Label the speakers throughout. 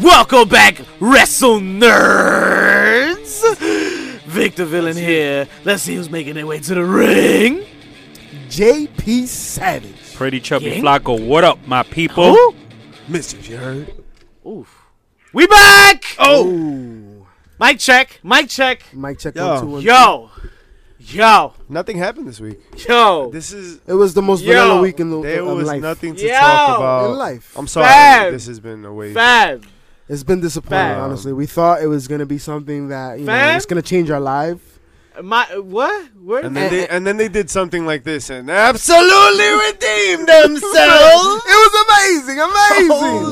Speaker 1: Welcome back, Wrestle Nerds! Victor Villain here. Let's see who's making their way to the ring.
Speaker 2: JP Savage.
Speaker 3: Pretty Chubby
Speaker 1: Gang?
Speaker 3: Flacco, what up, my people?
Speaker 1: Who?
Speaker 2: Mr. You heard?
Speaker 1: We back! Oh!
Speaker 2: Ooh.
Speaker 1: Mic check, mic check.
Speaker 2: Mike check
Speaker 4: Yo.
Speaker 2: one, two, one,
Speaker 1: Yo! Yo!
Speaker 4: Nothing happened this week.
Speaker 1: Yo!
Speaker 4: This is
Speaker 2: two. It was the most
Speaker 1: Yo.
Speaker 2: vanilla week in, the,
Speaker 4: there
Speaker 2: of
Speaker 4: was
Speaker 2: life.
Speaker 4: nothing to
Speaker 1: Yo.
Speaker 4: talk about.
Speaker 2: In life.
Speaker 4: I'm sorry.
Speaker 1: Fam.
Speaker 4: This has been a waste.
Speaker 1: Fab!
Speaker 2: It's been disappointing,
Speaker 1: Fam.
Speaker 2: honestly. We thought it was gonna be something that you know
Speaker 1: Fam.
Speaker 2: it's gonna change our life.
Speaker 1: My, what? Where?
Speaker 4: And then they and then they did something like this and absolutely redeemed themselves.
Speaker 2: It was amazing, amazing.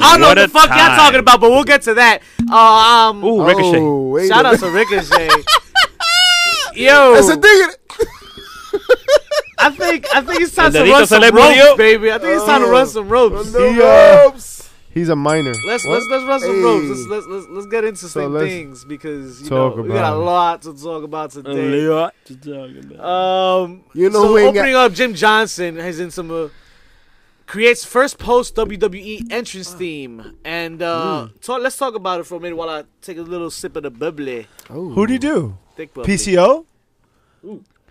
Speaker 1: I don't know what
Speaker 3: What
Speaker 1: the
Speaker 3: a
Speaker 1: fuck y'all
Speaker 3: time.
Speaker 1: talking about, but we'll get to that. Uh, um,
Speaker 3: Ooh, Ricochet.
Speaker 2: Oh, wait
Speaker 1: shout
Speaker 2: a
Speaker 1: out
Speaker 2: minute.
Speaker 1: to Ricochet. Yo,
Speaker 2: That's a thing.
Speaker 1: I think I think it's time
Speaker 3: El
Speaker 1: to
Speaker 3: dedito
Speaker 1: run
Speaker 3: se
Speaker 1: some
Speaker 3: le murió.
Speaker 1: ropes, baby. I think it's time to run some ropes.
Speaker 4: He, uh,
Speaker 2: Ropes.
Speaker 4: he's a minor.
Speaker 1: Let's
Speaker 4: What?
Speaker 1: let's let's run some
Speaker 2: Hey.
Speaker 1: ropes. Let's let's let's, let's get into
Speaker 4: So
Speaker 1: some
Speaker 4: let's
Speaker 1: things because you know
Speaker 4: talk
Speaker 1: we got a
Speaker 4: about it.
Speaker 1: lot to talk about today. Um,
Speaker 2: You know
Speaker 1: so
Speaker 2: who ain't got-
Speaker 1: opening up Jim Johnson has in some uh, creates first post WWE entrance theme, and uh, talk, let's talk about it for a minute while I take a little sip of the bubbly.
Speaker 4: Who do you do?
Speaker 1: Thick bubbly.
Speaker 4: PCO.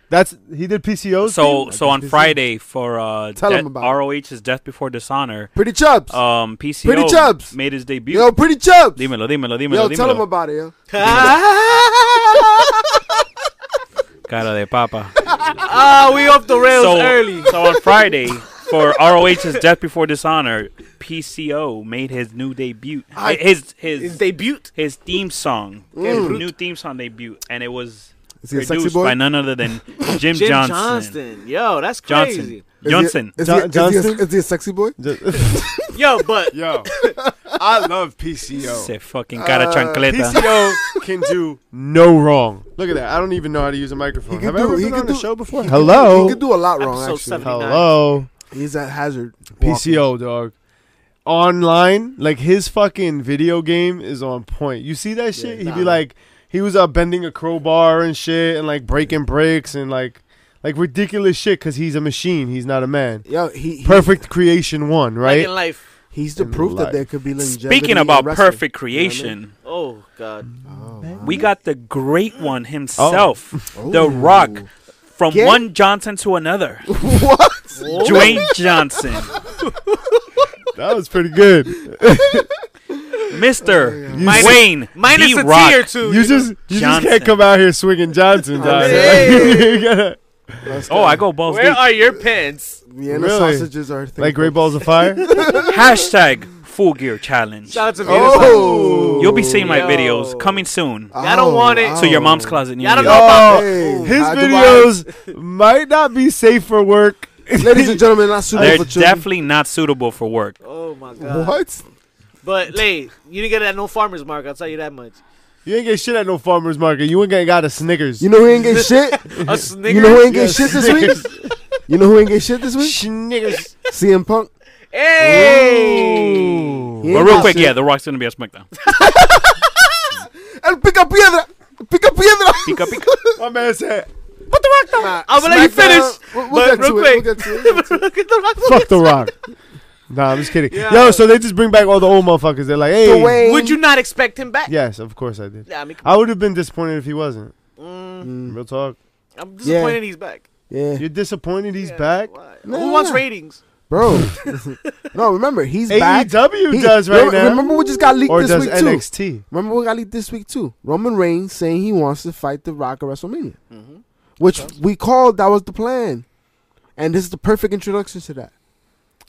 Speaker 4: That's he did PCO.
Speaker 3: So, so on Friday for uh,
Speaker 2: Tell
Speaker 3: De-
Speaker 2: 'em about it.
Speaker 3: ROH's Death Before Dishonor,
Speaker 2: Pretty Chubs.
Speaker 1: Oh,
Speaker 3: um, PCO
Speaker 2: Pretty Chubbs.
Speaker 3: made his debut.
Speaker 2: yo, Pretty Chubs.
Speaker 3: Dímelo, dímelo, dímelo,
Speaker 2: Yo,
Speaker 3: dímelo.
Speaker 2: tell them about it. Yo.
Speaker 3: Cara de papa.
Speaker 1: Ah, we off the rails
Speaker 3: so,
Speaker 1: early.
Speaker 3: so on Friday for ROH's Death Before Dishonor, PCO made his new debut.
Speaker 1: I-
Speaker 3: his his
Speaker 1: His
Speaker 3: his,
Speaker 1: debut.
Speaker 3: theme song, his new theme song debut, and it was
Speaker 2: Mm. Is he a sexy
Speaker 3: produced
Speaker 2: boy?
Speaker 3: by none other than Jim,
Speaker 1: Jim Johnston.
Speaker 3: Johnson.
Speaker 1: Yo, that's crazy.
Speaker 3: Johnson.
Speaker 2: Is he a-
Speaker 3: Johnson.
Speaker 2: Is he, a- is, he a, is, he
Speaker 4: Johnson?
Speaker 2: a, sexy boy?
Speaker 1: Yo, but
Speaker 4: Yo, I love PCO.
Speaker 3: Se fucking cara
Speaker 2: Uh,
Speaker 3: chancleta.
Speaker 4: PCO can do no wrong. Look at that. I don't even know how to use a microphone.
Speaker 2: can
Speaker 4: Have
Speaker 2: do-
Speaker 4: I ever
Speaker 2: he
Speaker 4: been
Speaker 2: can
Speaker 4: on
Speaker 2: do-
Speaker 4: the show before?
Speaker 2: He
Speaker 4: Hello.
Speaker 2: could do a lot wrong.
Speaker 1: Episode
Speaker 2: actually.
Speaker 1: 79.
Speaker 4: Hello.
Speaker 2: He's at hazard.
Speaker 4: PCO dog. Online, like his fucking video game is on point. You see that shit? He'd be
Speaker 1: nah.
Speaker 4: like, he was uh, bending a crowbar and shit, and like breaking bricks and like, like ridiculous shit because he's a machine. He's not a man.
Speaker 2: Yo, he, he
Speaker 4: Perfect creation one,
Speaker 1: like
Speaker 4: right?
Speaker 1: in life.
Speaker 2: he's the
Speaker 4: in
Speaker 2: proof that
Speaker 4: life.
Speaker 2: there could be longevity.
Speaker 3: Speaking
Speaker 2: in
Speaker 3: about
Speaker 2: wrestling.
Speaker 3: perfect creation,
Speaker 1: Oh God.
Speaker 3: we got the great one himself, The
Speaker 2: Ooh.
Speaker 3: Rock, from
Speaker 2: Get- Oh.
Speaker 3: one Johnson to another.
Speaker 2: What?
Speaker 3: Dwayne Johnson,
Speaker 4: That was pretty good.
Speaker 3: Mister
Speaker 4: Minus-
Speaker 3: Wayne,
Speaker 1: Minus
Speaker 3: The
Speaker 1: a
Speaker 3: Rock.
Speaker 1: T or two.
Speaker 4: You just, you just
Speaker 3: Johnson.
Speaker 4: can't come out here swinging Johnson's out
Speaker 1: Hey.
Speaker 4: here. You gotta-
Speaker 3: Oh, I go balls
Speaker 1: Where
Speaker 3: deep.
Speaker 1: are your pants?
Speaker 2: Vienna
Speaker 4: Really?
Speaker 2: sausages are thin.
Speaker 4: like great balls of fire.
Speaker 3: Hashtag Full Gear Challenge.
Speaker 1: Shout out to Venus.
Speaker 2: Oh,
Speaker 3: You'll be seeing my
Speaker 1: Yo.
Speaker 3: videos coming soon
Speaker 2: Oh,
Speaker 1: I don't want it.
Speaker 3: to your mom's closet. near
Speaker 1: Y'all don't
Speaker 3: you.
Speaker 1: know about
Speaker 2: Hey,
Speaker 4: His
Speaker 2: I do
Speaker 4: videos might not be safe for work.
Speaker 2: like- ladies and gentlemen, not suitable
Speaker 3: They're
Speaker 2: for children.
Speaker 3: definitely not suitable for work.
Speaker 1: Oh my God.
Speaker 2: what?
Speaker 1: But lay, you didn't get it at no farmer's market. I'll tell you that much.
Speaker 4: You ain't get shit at no farmer's market. You ain't get got a Snickers.
Speaker 2: You know who ain't get shit?
Speaker 1: A snigger.
Speaker 2: You know who ain't get
Speaker 4: Yes.
Speaker 2: shit this week? You know who ain't get shit this week?
Speaker 4: Snickers.
Speaker 2: CM Punk.
Speaker 1: hey.
Speaker 2: He ain't
Speaker 3: But real
Speaker 2: got
Speaker 3: quick,
Speaker 2: shit.
Speaker 3: yeah, The Rock's gonna be at SmackDown.
Speaker 2: El pica piedra. Pica piedra.
Speaker 3: Pika, pika.
Speaker 4: My man said,
Speaker 2: But the rock though. Nah,
Speaker 1: I'm gonna let you
Speaker 2: SmackDown-
Speaker 1: finish,
Speaker 2: We'll,
Speaker 1: but
Speaker 2: we'll, get to
Speaker 1: real
Speaker 2: it, we'll
Speaker 1: quick.
Speaker 2: get to it. We'll get to it.
Speaker 1: Look at the rock.
Speaker 4: "Fuck the rock." Nah, I'm just kidding.
Speaker 1: Yeah.
Speaker 4: Yo, so they just bring back all the old motherfuckers. They're like, "Hey,
Speaker 2: Dwayne.
Speaker 1: Would you not expect him back?
Speaker 4: yes, of course I did.
Speaker 1: Yeah, I mean,
Speaker 4: I would have been disappointed if he wasn't."
Speaker 1: mm,
Speaker 2: Mm,
Speaker 4: Real talk.
Speaker 1: I'm disappointed he's back.
Speaker 2: yeah.
Speaker 4: You're disappointed he's
Speaker 1: Yeah,
Speaker 4: back.
Speaker 1: why?
Speaker 2: No,
Speaker 1: Who
Speaker 2: no,
Speaker 1: wants
Speaker 2: no.
Speaker 1: ratings?
Speaker 2: Bro. no, remember, he's back.
Speaker 4: AEW
Speaker 2: He-
Speaker 4: E does right
Speaker 2: remember,
Speaker 4: now.
Speaker 2: Remember what just got leaked
Speaker 4: or
Speaker 2: this
Speaker 4: does
Speaker 2: week too.
Speaker 4: NXT?
Speaker 2: Remember what got leaked this week too. Roman Reigns saying he wants to fight The Rock at WrestleMania,
Speaker 1: Mm-hmm.
Speaker 2: which we called that was the plan, and this is the perfect introduction to that.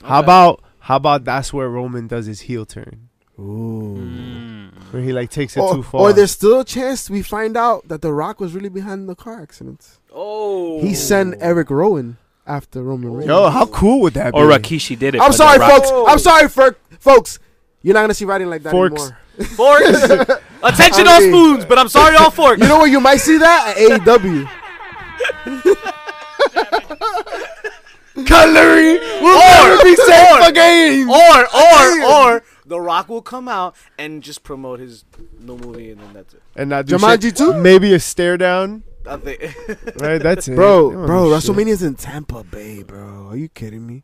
Speaker 4: How about how about that's where Roman does his heel turn,
Speaker 3: Mm.
Speaker 4: where he like takes it too
Speaker 2: Mm. Or,
Speaker 4: far.
Speaker 2: or there's still a chance we find out that The Rock was really behind the car accidents.
Speaker 1: Oh.
Speaker 2: He sent Eric Rowan after Roman Reigns.
Speaker 4: Yo, how cool would that
Speaker 3: Or
Speaker 4: be?
Speaker 3: Rakishi did it.
Speaker 2: I'm
Speaker 3: but The
Speaker 2: sorry,
Speaker 3: Rock-
Speaker 2: folks. I'm sorry, fol- folks. You're not gonna see writing like that
Speaker 4: Forks.
Speaker 2: anymore.
Speaker 1: Forks. Attention,
Speaker 2: I
Speaker 1: all
Speaker 2: mean-
Speaker 1: spoons. But I'm sorry, all forks.
Speaker 2: You know where you might see that at E AEW.
Speaker 4: Cutlery will never be safe for games.
Speaker 1: or or or The Rock will come out and just promote his new movie, and then that's it.
Speaker 4: and not do
Speaker 2: Jumanji
Speaker 4: shit.
Speaker 2: two?
Speaker 4: Maybe a stare down.
Speaker 1: I think.
Speaker 4: Right, that's it, They
Speaker 2: Bro,
Speaker 4: don't
Speaker 2: bro,
Speaker 4: do shit.
Speaker 2: WrestleMania's in Tampa Bay, bro. Are you kidding me?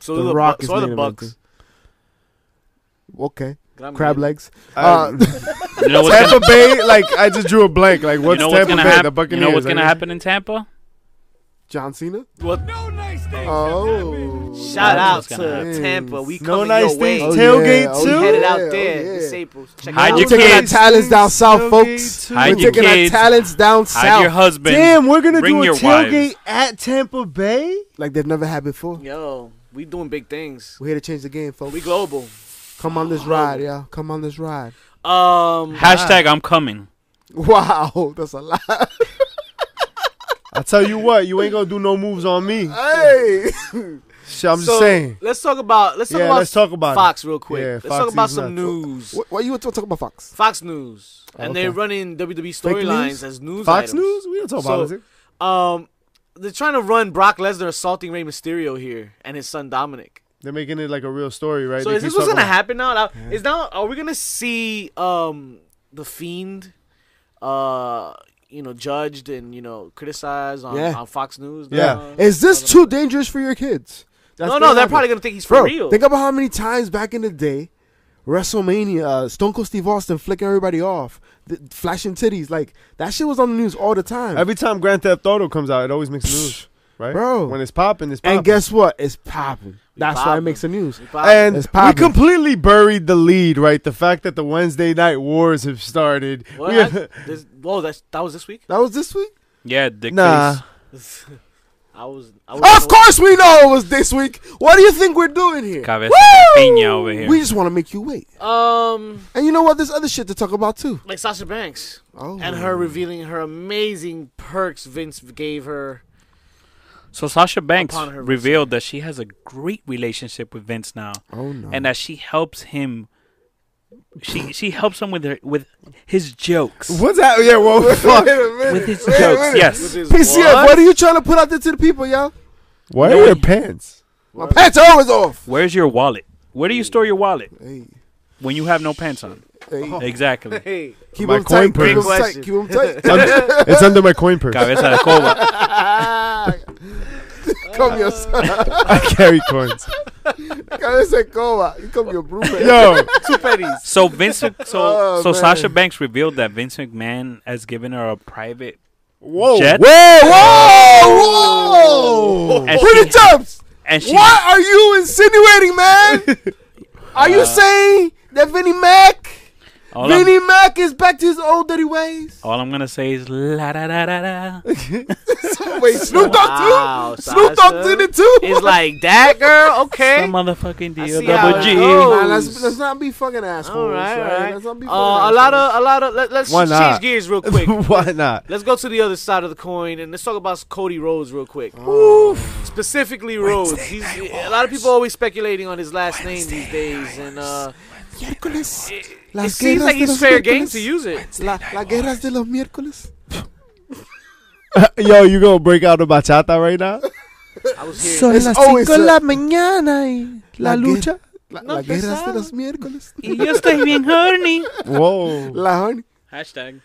Speaker 1: so
Speaker 2: The
Speaker 1: the,
Speaker 2: Rock
Speaker 1: Rock
Speaker 2: is
Speaker 1: so are the
Speaker 2: made of
Speaker 1: Bucks.
Speaker 2: Okay.
Speaker 1: Graham
Speaker 2: crab
Speaker 1: Ginn.
Speaker 2: legs.
Speaker 4: Uh,
Speaker 2: Uh,
Speaker 3: You know what's
Speaker 4: Tampa
Speaker 3: gonna,
Speaker 4: Bay, like I just drew a blank. Like
Speaker 3: you
Speaker 4: what's
Speaker 3: know what's
Speaker 4: Tampa
Speaker 3: gonna
Speaker 4: Bay? The
Speaker 3: happen? You
Speaker 4: Buccaneers.
Speaker 3: know what's gonna
Speaker 4: I guess.
Speaker 3: happen in Tampa?
Speaker 2: John Cena.
Speaker 1: What?
Speaker 2: Oh,
Speaker 1: Shout
Speaker 3: That's
Speaker 1: out
Speaker 3: what's
Speaker 1: to
Speaker 3: gonna
Speaker 2: happen.
Speaker 1: Tampa. We
Speaker 4: No
Speaker 1: coming
Speaker 4: nice
Speaker 1: your way.
Speaker 4: things,
Speaker 2: yeah,
Speaker 4: tailgate
Speaker 2: oh
Speaker 1: we
Speaker 4: too.
Speaker 1: headed out
Speaker 2: yeah,
Speaker 1: there
Speaker 2: oh,
Speaker 1: this
Speaker 2: yeah.
Speaker 1: April. Check
Speaker 3: Hide
Speaker 1: it out.
Speaker 3: your
Speaker 2: We're taking
Speaker 3: kids.
Speaker 2: our talents down south,
Speaker 4: Tailgate
Speaker 2: folks.
Speaker 4: too.
Speaker 3: Hide
Speaker 2: We're
Speaker 3: your
Speaker 2: taking our
Speaker 3: kids.
Speaker 2: talents down
Speaker 3: Hide your
Speaker 2: south,
Speaker 3: husband.
Speaker 4: Damn, we're gonna
Speaker 3: Bring
Speaker 4: do
Speaker 3: your
Speaker 4: a tailgate
Speaker 3: wives.
Speaker 4: at Tampa Bay.
Speaker 2: like they've never had before.
Speaker 1: Yo, we doing big things.
Speaker 2: We're here to change the game, folks.
Speaker 1: We global.
Speaker 2: Come on this ride, yeah. Come on this ride.
Speaker 1: Um,
Speaker 3: Hashtag I'm coming.
Speaker 2: Wow, that's a lot.
Speaker 4: I tell you what, you ain't gonna do no moves on me.
Speaker 2: Hey,
Speaker 4: Shit, I'm
Speaker 1: so
Speaker 4: just saying.
Speaker 1: Let's talk about let's talk
Speaker 4: Yeah,
Speaker 1: about
Speaker 4: let's talk about it.
Speaker 1: Fox real quick.
Speaker 4: Yeah,
Speaker 1: let's
Speaker 4: Fox
Speaker 1: talk about
Speaker 4: is
Speaker 1: some
Speaker 4: nuts. Oh,
Speaker 1: news.
Speaker 2: what, what you talking about, Fox?
Speaker 1: Fox News, and
Speaker 2: okay.
Speaker 1: they're running WWE
Speaker 4: news?
Speaker 1: storylines as news.
Speaker 4: Fox
Speaker 1: items.
Speaker 4: News? We don't talk
Speaker 1: So-
Speaker 4: about it.
Speaker 1: Um, they're trying to run Brock Lesnar assaulting Rey Mysterio here and his son Dominic.
Speaker 4: They're making it like a real story, right?
Speaker 1: So
Speaker 4: They
Speaker 1: is
Speaker 4: keep
Speaker 1: this what's
Speaker 4: talking
Speaker 1: gonna happen now? Now- Is now are we gonna see um the fiend, uh, you know, judged and you know criticized on,
Speaker 2: Yeah.
Speaker 1: on Fox News?
Speaker 4: Yeah.
Speaker 1: now?
Speaker 2: Is this too dangerous for your kids? That's
Speaker 1: no,
Speaker 2: what
Speaker 1: no, they're
Speaker 2: happened.
Speaker 1: probably gonna think he's for
Speaker 2: Bro,
Speaker 1: real.
Speaker 2: think about how many times back in the day, WrestleMania, uh, Stone Cold Steve Austin flicking everybody off, th- flashing titties, like that shit was on the news all the time.
Speaker 4: about- Every time Grand Theft Auto comes out, it always makes news, right?
Speaker 2: Bro.
Speaker 4: when it's popping, it's popping.
Speaker 2: and guess what? It's popping. That's why it
Speaker 1: popping.
Speaker 2: makes the news.
Speaker 4: And
Speaker 2: It's
Speaker 4: we
Speaker 2: popping.
Speaker 4: completely buried the lead, right? The fact that the Wednesday night wars have started.
Speaker 1: What?
Speaker 4: We-
Speaker 1: I- this, whoa, that's that was this week.
Speaker 2: That was this week.
Speaker 3: Yeah, Dick
Speaker 4: nah,
Speaker 3: face.
Speaker 1: I was. I was
Speaker 2: Of course, we know it was this week. What do you think we're doing here?
Speaker 3: Cabeza
Speaker 2: Woo!
Speaker 3: de piña over here.
Speaker 2: We just want to make you wait.
Speaker 1: Um,
Speaker 2: And you know what? There's other shit to talk about too.
Speaker 1: like Sasha Banks
Speaker 2: Oh,
Speaker 1: and her revealing her amazing perks Vince gave her.
Speaker 3: So Sasha Banks
Speaker 1: Upon her
Speaker 3: revealed that she has a great relationship with Vince now,
Speaker 2: Oh no.
Speaker 3: and that she helps him. She she helps him with her with his jokes.
Speaker 4: what's that? Yeah, well, fuck.
Speaker 3: With his jokes, yes.
Speaker 1: Which is
Speaker 2: PCF,
Speaker 1: what?
Speaker 2: what? are you trying to put out there to the people, y'all?
Speaker 4: Why are your pants?
Speaker 2: My pants are always off.
Speaker 3: Where's your wallet? Where do you store your wallet
Speaker 2: Hey,
Speaker 3: when you have no pants on?
Speaker 2: hey,
Speaker 1: Oh,
Speaker 3: Exactly.
Speaker 1: Hey,
Speaker 2: keep
Speaker 4: My
Speaker 2: them
Speaker 4: coin
Speaker 2: tight, keep
Speaker 4: purse.
Speaker 2: them
Speaker 1: Great
Speaker 2: tight, keep them tight.
Speaker 4: I'm- it's under my coin purse.
Speaker 3: Cabeza de coba.
Speaker 2: come your son,
Speaker 4: I carry coins.
Speaker 2: come your son, come You come your roommate.
Speaker 4: Yo,
Speaker 1: two pennies.
Speaker 3: So Vince, so
Speaker 2: Oh,
Speaker 3: so
Speaker 2: man.
Speaker 3: Sasha Banks revealed that Vince McMahon has given her a private
Speaker 4: whoa,
Speaker 3: Jet?
Speaker 4: whoa, whoa,
Speaker 3: And
Speaker 2: Pretty
Speaker 3: she-
Speaker 2: jumps.
Speaker 3: and she
Speaker 2: What are you insinuating, man? are you
Speaker 1: Ah.
Speaker 2: saying that Vinnie Mac,
Speaker 3: all I'm-
Speaker 2: Vinnie Mac is back to his old dirty ways?
Speaker 3: All I'm gonna say is la da da da da.
Speaker 2: Wait, Snoop Dogg
Speaker 1: Wow,
Speaker 2: too? Snoop Dogg
Speaker 1: Sasha
Speaker 2: did it too?
Speaker 1: Is like that girl. Okay.
Speaker 3: The motherfucking
Speaker 1: I
Speaker 3: deal.
Speaker 1: see how
Speaker 3: Double
Speaker 1: it
Speaker 3: G.
Speaker 1: goes.
Speaker 2: Oh, Man, let's, let's not be fucking assholes.
Speaker 1: All right, all right.
Speaker 2: Let's not be fucking
Speaker 1: Uh, a
Speaker 2: assholes.
Speaker 1: lot of, a lot of. Let, let's
Speaker 4: Why
Speaker 1: change
Speaker 4: not?
Speaker 1: gears real quick.
Speaker 4: Why not?
Speaker 1: Let's go to the other side of the coin and let's talk about Cody Rhodes real quick. Specifically Rhodes. He's, a lot of people always speculating on his last name these days, and uh,
Speaker 2: Miércoles.
Speaker 1: it seems like he's fair game to use it.
Speaker 2: La, la guerras de los miércoles.
Speaker 4: Yo, you gonna break out the bachata right now?
Speaker 1: I was here.
Speaker 2: las always cinco de la
Speaker 4: mañana y
Speaker 2: la lucha. La,
Speaker 1: No,
Speaker 2: la
Speaker 1: pues,
Speaker 2: guerras de
Speaker 1: ah.
Speaker 2: los miércoles.
Speaker 3: Y yo estoy bien horny.
Speaker 4: Whoa,
Speaker 2: La honey.
Speaker 3: Hashtag.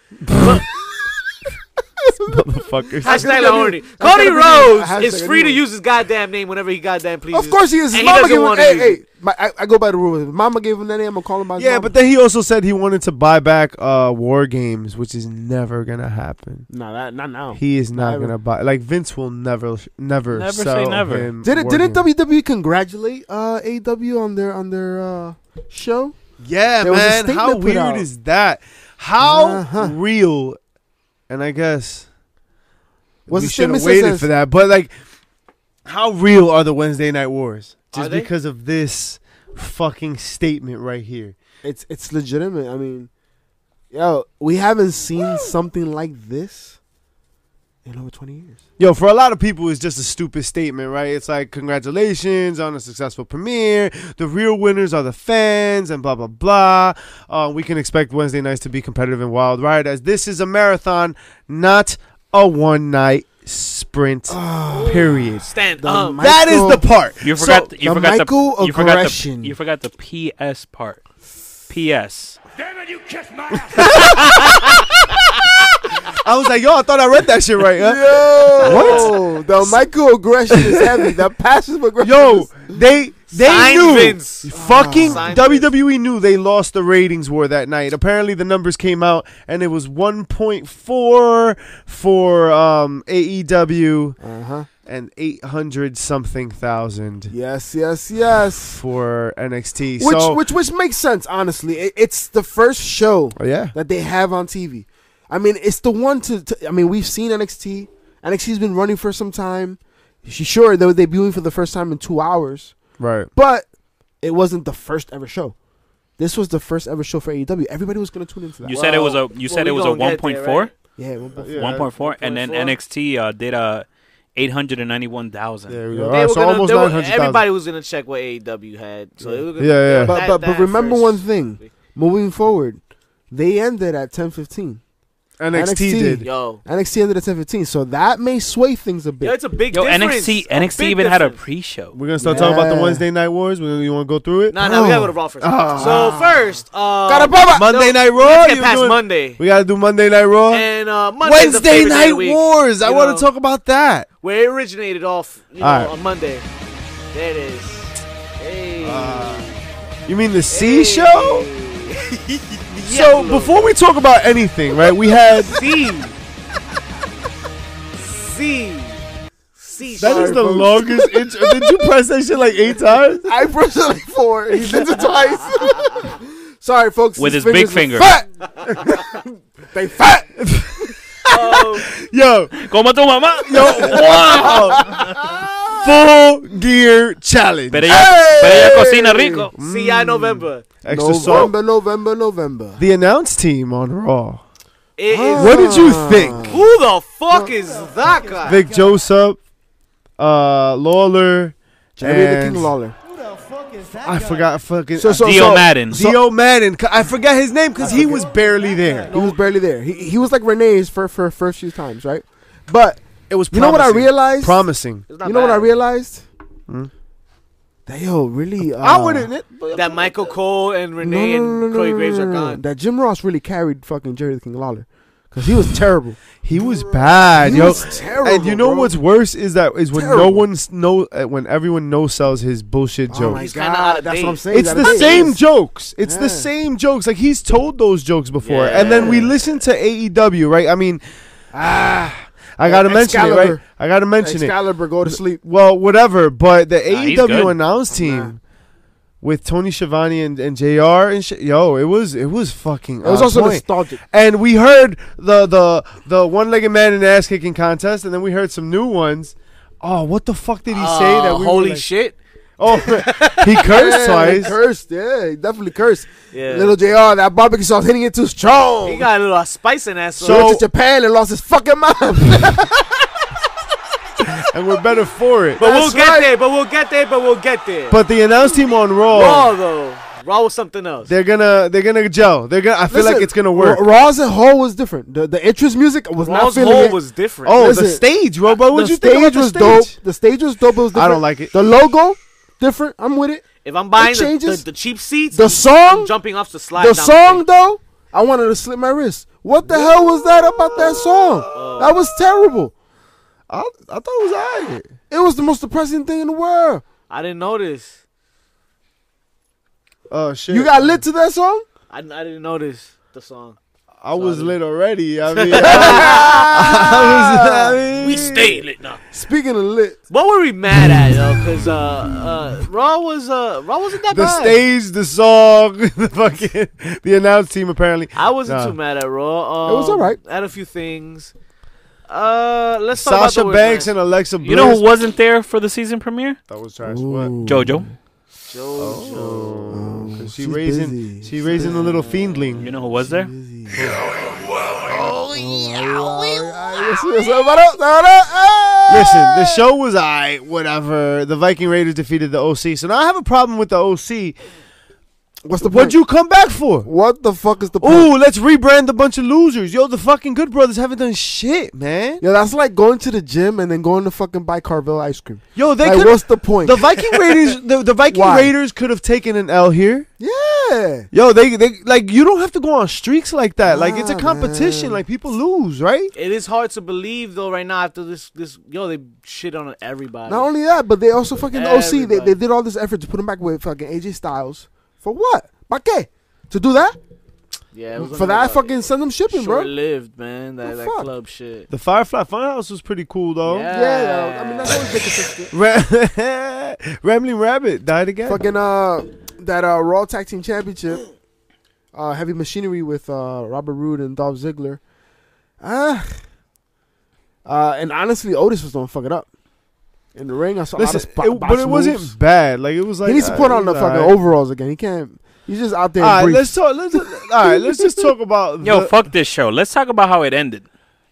Speaker 4: motherfuckers.
Speaker 1: Hashtag La Horny.
Speaker 2: gotta
Speaker 1: Cody
Speaker 2: be-
Speaker 1: Rhodes
Speaker 2: hashtag
Speaker 1: is free to
Speaker 2: anyway.
Speaker 1: use his goddamn name whenever he goddamn pleases.
Speaker 2: Of course he is. His
Speaker 1: And he
Speaker 2: mama
Speaker 1: doesn't
Speaker 2: gave him.
Speaker 1: wanna
Speaker 2: Hey,
Speaker 1: use
Speaker 2: hey. My, I, I go by the rules. If mama gave him that name. I'm gonna call him by his
Speaker 4: Yeah,
Speaker 2: mama.
Speaker 4: but then he also said he wanted to buy back uh, War Games, which is never gonna happen.
Speaker 2: nah, that, not now.
Speaker 4: He is not
Speaker 2: Never.
Speaker 4: gonna buy. Like Vince will never, never,
Speaker 3: Never say
Speaker 4: sell
Speaker 3: never.
Speaker 4: him
Speaker 2: Did it?
Speaker 4: War
Speaker 2: Didn't
Speaker 4: Games.
Speaker 2: WWE congratulate uh, AW on their on their uh, show?
Speaker 4: Yeah,
Speaker 2: There was a
Speaker 4: man. How
Speaker 2: statement put
Speaker 4: weird
Speaker 2: out.
Speaker 4: is that? How
Speaker 2: Uh-huh.
Speaker 4: real? And I guess
Speaker 2: What's
Speaker 4: we
Speaker 2: the
Speaker 4: should
Speaker 2: statement
Speaker 4: have
Speaker 2: that
Speaker 4: waited
Speaker 2: says-
Speaker 4: for that. But like, how real are the Wednesday Night Wars?
Speaker 1: Are
Speaker 4: Just
Speaker 1: they?
Speaker 4: because of this fucking statement right here.
Speaker 2: It's it's legitimate. I mean, yo, we haven't seen something like this in over twenty years.
Speaker 4: Yo, for a lot of people, it's just a stupid statement, right? It's like, congratulations on a successful premiere. The real winners are the fans, and blah, blah, blah. Uh, we can expect Wednesday nights to be competitive and wild, right? As this is a marathon, not a one night sprint,
Speaker 2: Ah,
Speaker 4: period.
Speaker 1: Stand
Speaker 2: The
Speaker 1: up.
Speaker 2: mic-
Speaker 4: That is
Speaker 2: Michael-
Speaker 4: the part.
Speaker 3: You
Speaker 4: So-
Speaker 3: forgot. the, you
Speaker 2: the
Speaker 3: forgot the. You forgot the.
Speaker 2: microaggression.
Speaker 3: You forgot the PS part. PS.
Speaker 4: I was like, yo, I thought I read that shit right. huh?
Speaker 2: Yo, the microaggression is heavy. The passive aggression.
Speaker 4: Yo,
Speaker 2: is-
Speaker 4: they They
Speaker 1: Sign
Speaker 4: knew.
Speaker 1: Vince.
Speaker 4: Fucking
Speaker 1: Sign
Speaker 4: WWE knew they lost the ratings war that night. Apparently, the numbers came out and it was 1.4 for um, AEW
Speaker 2: Uh
Speaker 1: Uh-huh.
Speaker 2: huh.
Speaker 4: and 800 something thousand
Speaker 2: Yes, yes, yes.
Speaker 4: for NXT.
Speaker 2: Which,
Speaker 4: so,
Speaker 2: which, which makes sense. Honestly, it, it's the first show
Speaker 4: Oh, yeah.
Speaker 2: that they have on TV. I mean, it's the one to, to. I mean, we've seen NXT. NXT's been running for some time. She sure they were debuting for the first time in two hours,
Speaker 4: Right.
Speaker 2: but it wasn't the first ever show. This was the first ever show for AEW. Everybody was going to tune into that.
Speaker 3: You said it was a. You
Speaker 1: Well,
Speaker 3: said it
Speaker 1: we
Speaker 3: was a
Speaker 1: gonna get there,
Speaker 3: 1.4,
Speaker 1: right?
Speaker 2: yeah, one point-
Speaker 4: Yeah.
Speaker 3: 1.4, and then
Speaker 1: 1.4.
Speaker 3: NXT uh, did uh, 891,000.
Speaker 4: There we
Speaker 2: They
Speaker 4: go.
Speaker 1: They
Speaker 4: All right,
Speaker 1: were
Speaker 4: so
Speaker 1: gonna-
Speaker 4: almost
Speaker 1: they were-
Speaker 4: 900,000.
Speaker 1: Everybody was gonna check what AEW had, so they were gonna,
Speaker 4: Yeah, yeah.
Speaker 1: that-
Speaker 2: But- but- but
Speaker 1: that
Speaker 2: remember
Speaker 1: first-
Speaker 2: one thing. Moving forward, they ended at ten fifteen.
Speaker 4: NXT,
Speaker 2: NXT.
Speaker 4: did.
Speaker 1: Yo,
Speaker 2: NXT ended at ten fifteen, so that may sway things a bit.
Speaker 1: yo, it's a big
Speaker 3: Yo,
Speaker 1: difference.
Speaker 3: NXT
Speaker 1: A
Speaker 3: NXT
Speaker 1: big
Speaker 3: even had a
Speaker 1: difference.
Speaker 3: pre-show.
Speaker 4: We're going to start talking about the
Speaker 2: Yeah.
Speaker 4: Wednesday Night Wars. We- You want to go through it?
Speaker 1: Nah, nah, we gotta go to Raw first. so first, uh,
Speaker 2: Oh. Ah. Got a baba.
Speaker 4: Monday
Speaker 1: no,
Speaker 4: Night Raw.
Speaker 1: let's
Speaker 4: you
Speaker 1: get past
Speaker 4: doing-
Speaker 1: Monday.
Speaker 4: We got to do Monday Night Raw.
Speaker 1: and uh, Monday's the
Speaker 4: Wednesday
Speaker 1: favorite day of
Speaker 4: Night
Speaker 1: the week,
Speaker 4: Wars. I
Speaker 1: you
Speaker 4: want
Speaker 1: know,
Speaker 4: to talk about that.
Speaker 1: where it originated off. You know,
Speaker 4: All right.
Speaker 1: on Monday. There it is. Hey.
Speaker 4: You mean the
Speaker 1: hey.
Speaker 4: C Uh, show? So
Speaker 1: Yellow.
Speaker 4: before we talk about anything, right? We had
Speaker 1: C. C. C.
Speaker 4: that
Speaker 1: sharp.
Speaker 4: is the longest intro. Did you press that shit like eight times?
Speaker 2: I pressed it like four. He did it twice. Sorry, folks.
Speaker 3: With his big
Speaker 2: fingers
Speaker 3: finger.
Speaker 2: are Fat. they fat.
Speaker 1: Oh,
Speaker 4: Yo,
Speaker 3: Como tu mamá.
Speaker 4: yo, wow! Full gear challenge.
Speaker 3: Pero ella, pero ella cocina rico.
Speaker 2: Mm.
Speaker 1: See ya November.
Speaker 4: Extra salt.
Speaker 2: November, November, November.
Speaker 4: The announce team on Raw.
Speaker 1: It
Speaker 2: Oh
Speaker 1: is.
Speaker 4: What did you think?
Speaker 1: Who the fuck is that guy?
Speaker 4: Vic Joseph, uh, Lawler,
Speaker 2: Jerry the
Speaker 4: and
Speaker 2: King Lawler.
Speaker 4: I forgot fucking
Speaker 2: So, so,
Speaker 3: Dio
Speaker 2: so
Speaker 3: Madden.
Speaker 4: Dio Madden. I forgot his name because he was barely there.
Speaker 2: he was barely there. He, he was like Renee's for for first few times, right? But
Speaker 4: It was.
Speaker 2: you know what I
Speaker 4: promising.
Speaker 2: realized?
Speaker 4: Promising.
Speaker 1: It's not
Speaker 2: You know what I
Speaker 1: bad.
Speaker 2: realized?
Speaker 4: Hmm?
Speaker 2: That yo really. Uh,
Speaker 4: I wouldn't.
Speaker 1: That Michael Cole and
Speaker 2: No,
Speaker 1: Renee
Speaker 2: no, no,
Speaker 1: and
Speaker 2: no,
Speaker 1: Chloe
Speaker 2: no,
Speaker 1: Graves
Speaker 2: no,
Speaker 1: are
Speaker 2: no, no.
Speaker 1: gone.
Speaker 2: That Jim Ross really carried fucking Jerry the King Lawler because he was terrible.
Speaker 4: He was bad,
Speaker 2: He
Speaker 4: yo.
Speaker 2: was terrible,
Speaker 4: and you know
Speaker 2: bro.
Speaker 4: what's worse is that is when no
Speaker 2: Terrible.
Speaker 4: one's no uh, when everyone no sells his bullshit
Speaker 2: Oh my
Speaker 4: jokes.
Speaker 1: He's kinda out
Speaker 2: god,
Speaker 1: of
Speaker 2: that's
Speaker 1: date.
Speaker 2: what I'm saying.
Speaker 4: It's
Speaker 2: Out
Speaker 4: the
Speaker 2: of date.
Speaker 4: same jokes. It's
Speaker 2: Yeah.
Speaker 4: the same jokes. Like he's told those jokes before, and then we
Speaker 1: Yeah.
Speaker 4: listen to AEW, right? I mean, ah, I gotta mention it, right?
Speaker 2: Excalibur.
Speaker 4: I gotta mention it.
Speaker 2: Excalibur, go to sleep.
Speaker 4: Well, whatever. But the
Speaker 3: he's
Speaker 4: AEW
Speaker 3: good.
Speaker 4: announce team
Speaker 2: Nah.
Speaker 4: with Tony Schiavone and, and Jr. and shit, yo, it was it was fucking.
Speaker 2: It was
Speaker 4: on
Speaker 2: also
Speaker 4: point.
Speaker 2: nostalgic.
Speaker 4: And we heard the the the one legged man in the ass kicking contest, and then we heard some new ones. Oh, what the fuck did he say?
Speaker 1: Uh,
Speaker 4: That we were
Speaker 1: holy
Speaker 4: like-
Speaker 1: shit.
Speaker 4: Oh, he
Speaker 2: Yeah,
Speaker 4: cursed
Speaker 2: he
Speaker 4: twice.
Speaker 2: Cursed, yeah, he definitely cursed.
Speaker 1: Yeah.
Speaker 2: Little JR, that barbecue sauce hitting it too strong.
Speaker 1: He got a little spice in that.
Speaker 2: so,
Speaker 1: So,
Speaker 2: went to Japan and lost his fucking mind.
Speaker 4: and we're better for it.
Speaker 1: but
Speaker 4: But,
Speaker 1: we'll
Speaker 2: that's
Speaker 1: get
Speaker 2: right.
Speaker 1: there. But we'll get there. But we'll get there.
Speaker 4: the announce team on Raw,
Speaker 2: oh.
Speaker 1: Raw though, Raw was something else.
Speaker 4: they're gonna they're gonna gel. They're gonna. I feel like
Speaker 2: Listen,
Speaker 4: it's gonna work.
Speaker 2: Ra- Raw's and Hole was different. The, the entrance music was not
Speaker 1: Raw's
Speaker 2: feeling
Speaker 1: whole
Speaker 2: it.
Speaker 1: was different.
Speaker 4: oh,
Speaker 2: listen,
Speaker 4: the stage, Robo. What
Speaker 2: the
Speaker 4: you
Speaker 2: stage
Speaker 4: think about the
Speaker 2: was
Speaker 4: stage?
Speaker 2: dope. The stage was dope. It was
Speaker 4: I
Speaker 2: different.
Speaker 4: don't like it.
Speaker 2: The logo, different. I'm with it.
Speaker 1: if I'm buying the, the,
Speaker 2: changes.
Speaker 1: the cheap seats,
Speaker 2: The
Speaker 1: I'm-
Speaker 2: song-
Speaker 1: I'm jumping off the slide.
Speaker 2: The
Speaker 1: down
Speaker 2: song
Speaker 1: thing.
Speaker 2: though, I wanted to slip my wrist. What the hell was that about that song? That was terrible.
Speaker 4: I, I thought it was alright.
Speaker 2: It was the most depressing thing in the world.
Speaker 1: I didn't notice.
Speaker 4: Oh shit!
Speaker 2: You got lit to that song?
Speaker 1: I, I didn't notice the song.
Speaker 4: I was
Speaker 1: Sorry.
Speaker 4: lit already. I mean, I, was. I mean,
Speaker 3: We stayed lit now.
Speaker 2: Speaking of lit,
Speaker 1: What were we mad at though? Because uh, uh, Raw was uh, Raw wasn't that
Speaker 4: the
Speaker 1: bad.
Speaker 4: stage, the song, the fucking the announce team. Apparently,
Speaker 1: I wasn't
Speaker 4: Nah.
Speaker 1: too mad at Raw. Um,
Speaker 2: It was alright.
Speaker 1: Had a few things. Uh, let's talk about
Speaker 4: Sasha
Speaker 1: the worst
Speaker 4: Banks
Speaker 1: match.
Speaker 4: and Alexa Bliss.
Speaker 3: You know who wasn't there for the season premiere?
Speaker 4: that was trash. What?
Speaker 3: JoJo.
Speaker 1: Joe.
Speaker 4: Oh, 'cause she
Speaker 2: she's
Speaker 4: raising,
Speaker 2: busy.
Speaker 4: she raising the little fiendling.
Speaker 3: You know who was there?
Speaker 4: Listen, the show was I whatever. The Viking Raiders defeated the OC, so now I have a problem with the OC.
Speaker 2: What's the point?
Speaker 4: What'd you come back for?
Speaker 2: what the fuck is the point?
Speaker 4: Ooh, let's rebrand the bunch of losers. Yo, the fucking Good Brothers haven't done shit, man.
Speaker 2: Yeah, that's like going to the gym and then going to fucking buy Carvel ice cream.
Speaker 4: Yo, they
Speaker 2: like,
Speaker 4: could.
Speaker 2: what's the point?
Speaker 4: The Viking Raiders, the, the Viking
Speaker 2: Why?
Speaker 4: Raiders could have taken an L here.
Speaker 2: yeah.
Speaker 4: Yo, they they like you don't have to go on streaks like that. like it's a
Speaker 2: Nah,
Speaker 4: competition.
Speaker 2: man.
Speaker 4: Like people lose, right?
Speaker 1: It is hard to believe though right now after this this yo they shit on everybody.
Speaker 2: Not only that, but they also fucking OC. They, they
Speaker 1: Everybody.
Speaker 2: did all this effort to put him back with fucking AJ Styles for what? Para qué? To do that?
Speaker 1: yeah, it was
Speaker 2: for that, I
Speaker 1: underdog.
Speaker 2: fucking send them shipping,
Speaker 1: short
Speaker 2: bro.
Speaker 1: lived man. That,
Speaker 2: The
Speaker 1: that
Speaker 2: fuck?
Speaker 1: club shit.
Speaker 4: The Firefly Funhouse was pretty cool though.
Speaker 2: Yeah, I mean that's always been consistent.
Speaker 4: Ra- Rambling Rabbit died again.
Speaker 2: fucking uh, that uh Raw Tag Team Championship, uh, Heavy Machinery with uh Robert Roode and Dolph Ziggler, ah, uh, and honestly Otis was gonna fuck it up. In the ring, I saw a lot
Speaker 4: Listen,
Speaker 2: of spot,
Speaker 4: it- but it wasn't bad. Like it was like
Speaker 2: he needs to
Speaker 4: uh,
Speaker 2: put
Speaker 4: it
Speaker 2: on the
Speaker 4: was
Speaker 2: fucking
Speaker 4: alright.
Speaker 2: overalls again. He can't. He's just out there. in
Speaker 4: All right,
Speaker 2: briefs.
Speaker 4: let's talk. Let's, all right, let's just talk about
Speaker 3: Yo,
Speaker 4: the-
Speaker 3: fuck this show. Let's talk about how it ended.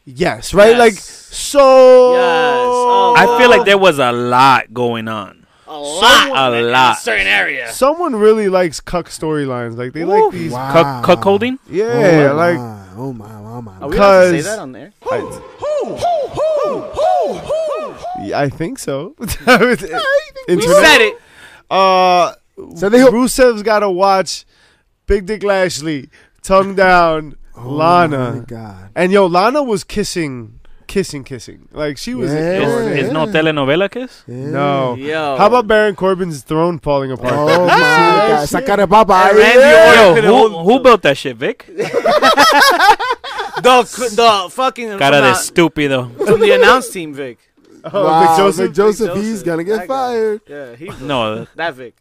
Speaker 4: yes, right?
Speaker 1: Yes.
Speaker 4: Like so.
Speaker 1: Yes. Oh,
Speaker 3: I feel like there was a lot going on.
Speaker 1: A
Speaker 3: lot, a
Speaker 1: in
Speaker 3: lot.
Speaker 1: a certain area.
Speaker 4: Someone really likes cuck storylines. Like they like these.
Speaker 3: Cuck Cuckolding?
Speaker 4: Yeah,
Speaker 2: oh,
Speaker 4: like
Speaker 2: my, oh my, oh my.
Speaker 1: Are we allowed to say
Speaker 4: Cause-
Speaker 1: that on there?
Speaker 4: I, Yeah, I think so. Internet-
Speaker 1: We said it.
Speaker 4: Uh,
Speaker 2: So they-
Speaker 4: Rusev's got to watch Big Dick Lashley, tongue down,
Speaker 2: Oh my
Speaker 4: Lana,
Speaker 2: God.
Speaker 4: and yo, Lana was kissing, kissing, kissing. Like she was.
Speaker 2: Yeah.
Speaker 4: in
Speaker 3: Is, is no
Speaker 2: Yeah.
Speaker 3: telenovela kiss?
Speaker 2: Yeah.
Speaker 4: No.
Speaker 1: Yo.
Speaker 4: How about Baron Corbin's throne falling apart?
Speaker 2: Oh my
Speaker 4: Ah,
Speaker 2: God. Sakara Baba.
Speaker 1: And Randy
Speaker 2: yeah.
Speaker 1: Orton
Speaker 3: Yo,
Speaker 1: could've
Speaker 3: who,
Speaker 1: won-
Speaker 3: who built that shit, Vic?
Speaker 1: the the fucking from,
Speaker 3: Cara de
Speaker 1: the,
Speaker 3: estúpido.
Speaker 1: from the announce team Vic?
Speaker 4: Oh,
Speaker 2: Wow,
Speaker 4: Vic Joseph.
Speaker 2: Vic Joseph,
Speaker 1: Joseph,
Speaker 2: he's gonna
Speaker 1: that
Speaker 2: get
Speaker 1: guy.
Speaker 2: fired.
Speaker 1: Yeah, he
Speaker 3: No,
Speaker 1: that Vic.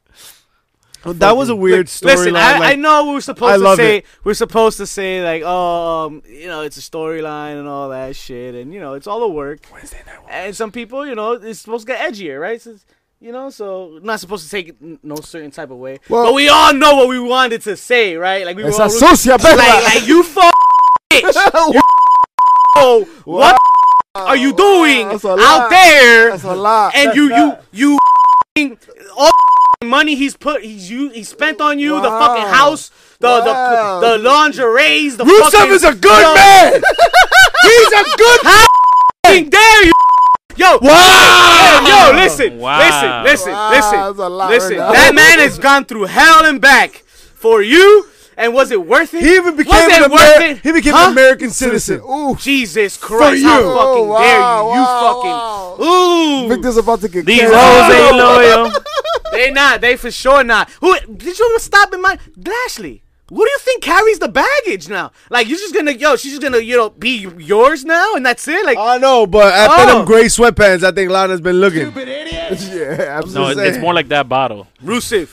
Speaker 4: that was a weird
Speaker 1: Listen,
Speaker 4: storyline.
Speaker 1: I, I
Speaker 4: like,
Speaker 1: know we were supposed
Speaker 4: I
Speaker 1: to
Speaker 4: love
Speaker 1: say
Speaker 4: it.
Speaker 1: we're supposed to say like, oh, um, you know, it's a storyline and all that shit, and you know, it's all the work.
Speaker 4: Wednesday night.
Speaker 1: And some people, you know, it's supposed to get edgier, right? So, it's- you know, so not supposed to take it n- no certain type of way.
Speaker 2: Well-
Speaker 1: but we all know what we wanted to say, right? Like we were
Speaker 2: It's
Speaker 1: all
Speaker 2: a
Speaker 1: rooting-
Speaker 2: social
Speaker 1: like, like you fuck bitch. You know what the are you doing
Speaker 2: That's a
Speaker 1: out
Speaker 2: lot.
Speaker 1: there?
Speaker 2: Uh, That's a lot.
Speaker 1: and you you you all money he's put he's you he spent on you the
Speaker 2: Wow.
Speaker 1: fucking house the
Speaker 2: Wow.
Speaker 1: the the lingeries the
Speaker 4: Rusev
Speaker 1: fucking,
Speaker 4: is a good
Speaker 1: yo,
Speaker 4: man. He's a good.
Speaker 1: fucking dare you yo
Speaker 4: Wow.
Speaker 1: yo listen
Speaker 3: Wow.
Speaker 1: listen listen
Speaker 2: Wow, that's a
Speaker 1: listen
Speaker 2: lot
Speaker 1: listen
Speaker 2: right now.
Speaker 1: that man has gone through hell and back for you and was it worth it
Speaker 4: He even became
Speaker 1: was it
Speaker 4: an
Speaker 1: worth
Speaker 4: Ameri-
Speaker 1: it
Speaker 4: He became
Speaker 1: Huh?
Speaker 4: an American citizen.
Speaker 2: Ooh,
Speaker 1: Jesus Christ!
Speaker 4: you.
Speaker 1: How fucking
Speaker 2: Oh, wow,
Speaker 1: dare you?
Speaker 2: wow.
Speaker 1: You fucking ooh!
Speaker 2: Victor's about to get
Speaker 3: These
Speaker 2: canceled.
Speaker 3: hoes ain't loyal.
Speaker 1: They not. They for sure not. Who did you stop in mind? Lashley. What do you think carries the baggage now? Like you're just gonna yo, she's just gonna you know be yours now, and that's it. Like
Speaker 4: I know, but after
Speaker 1: Oh.
Speaker 4: them gray sweatpants, I think Lana's been looking.
Speaker 2: yeah, absolutely.
Speaker 3: No, it- it's more like that bottle.
Speaker 1: Rusev,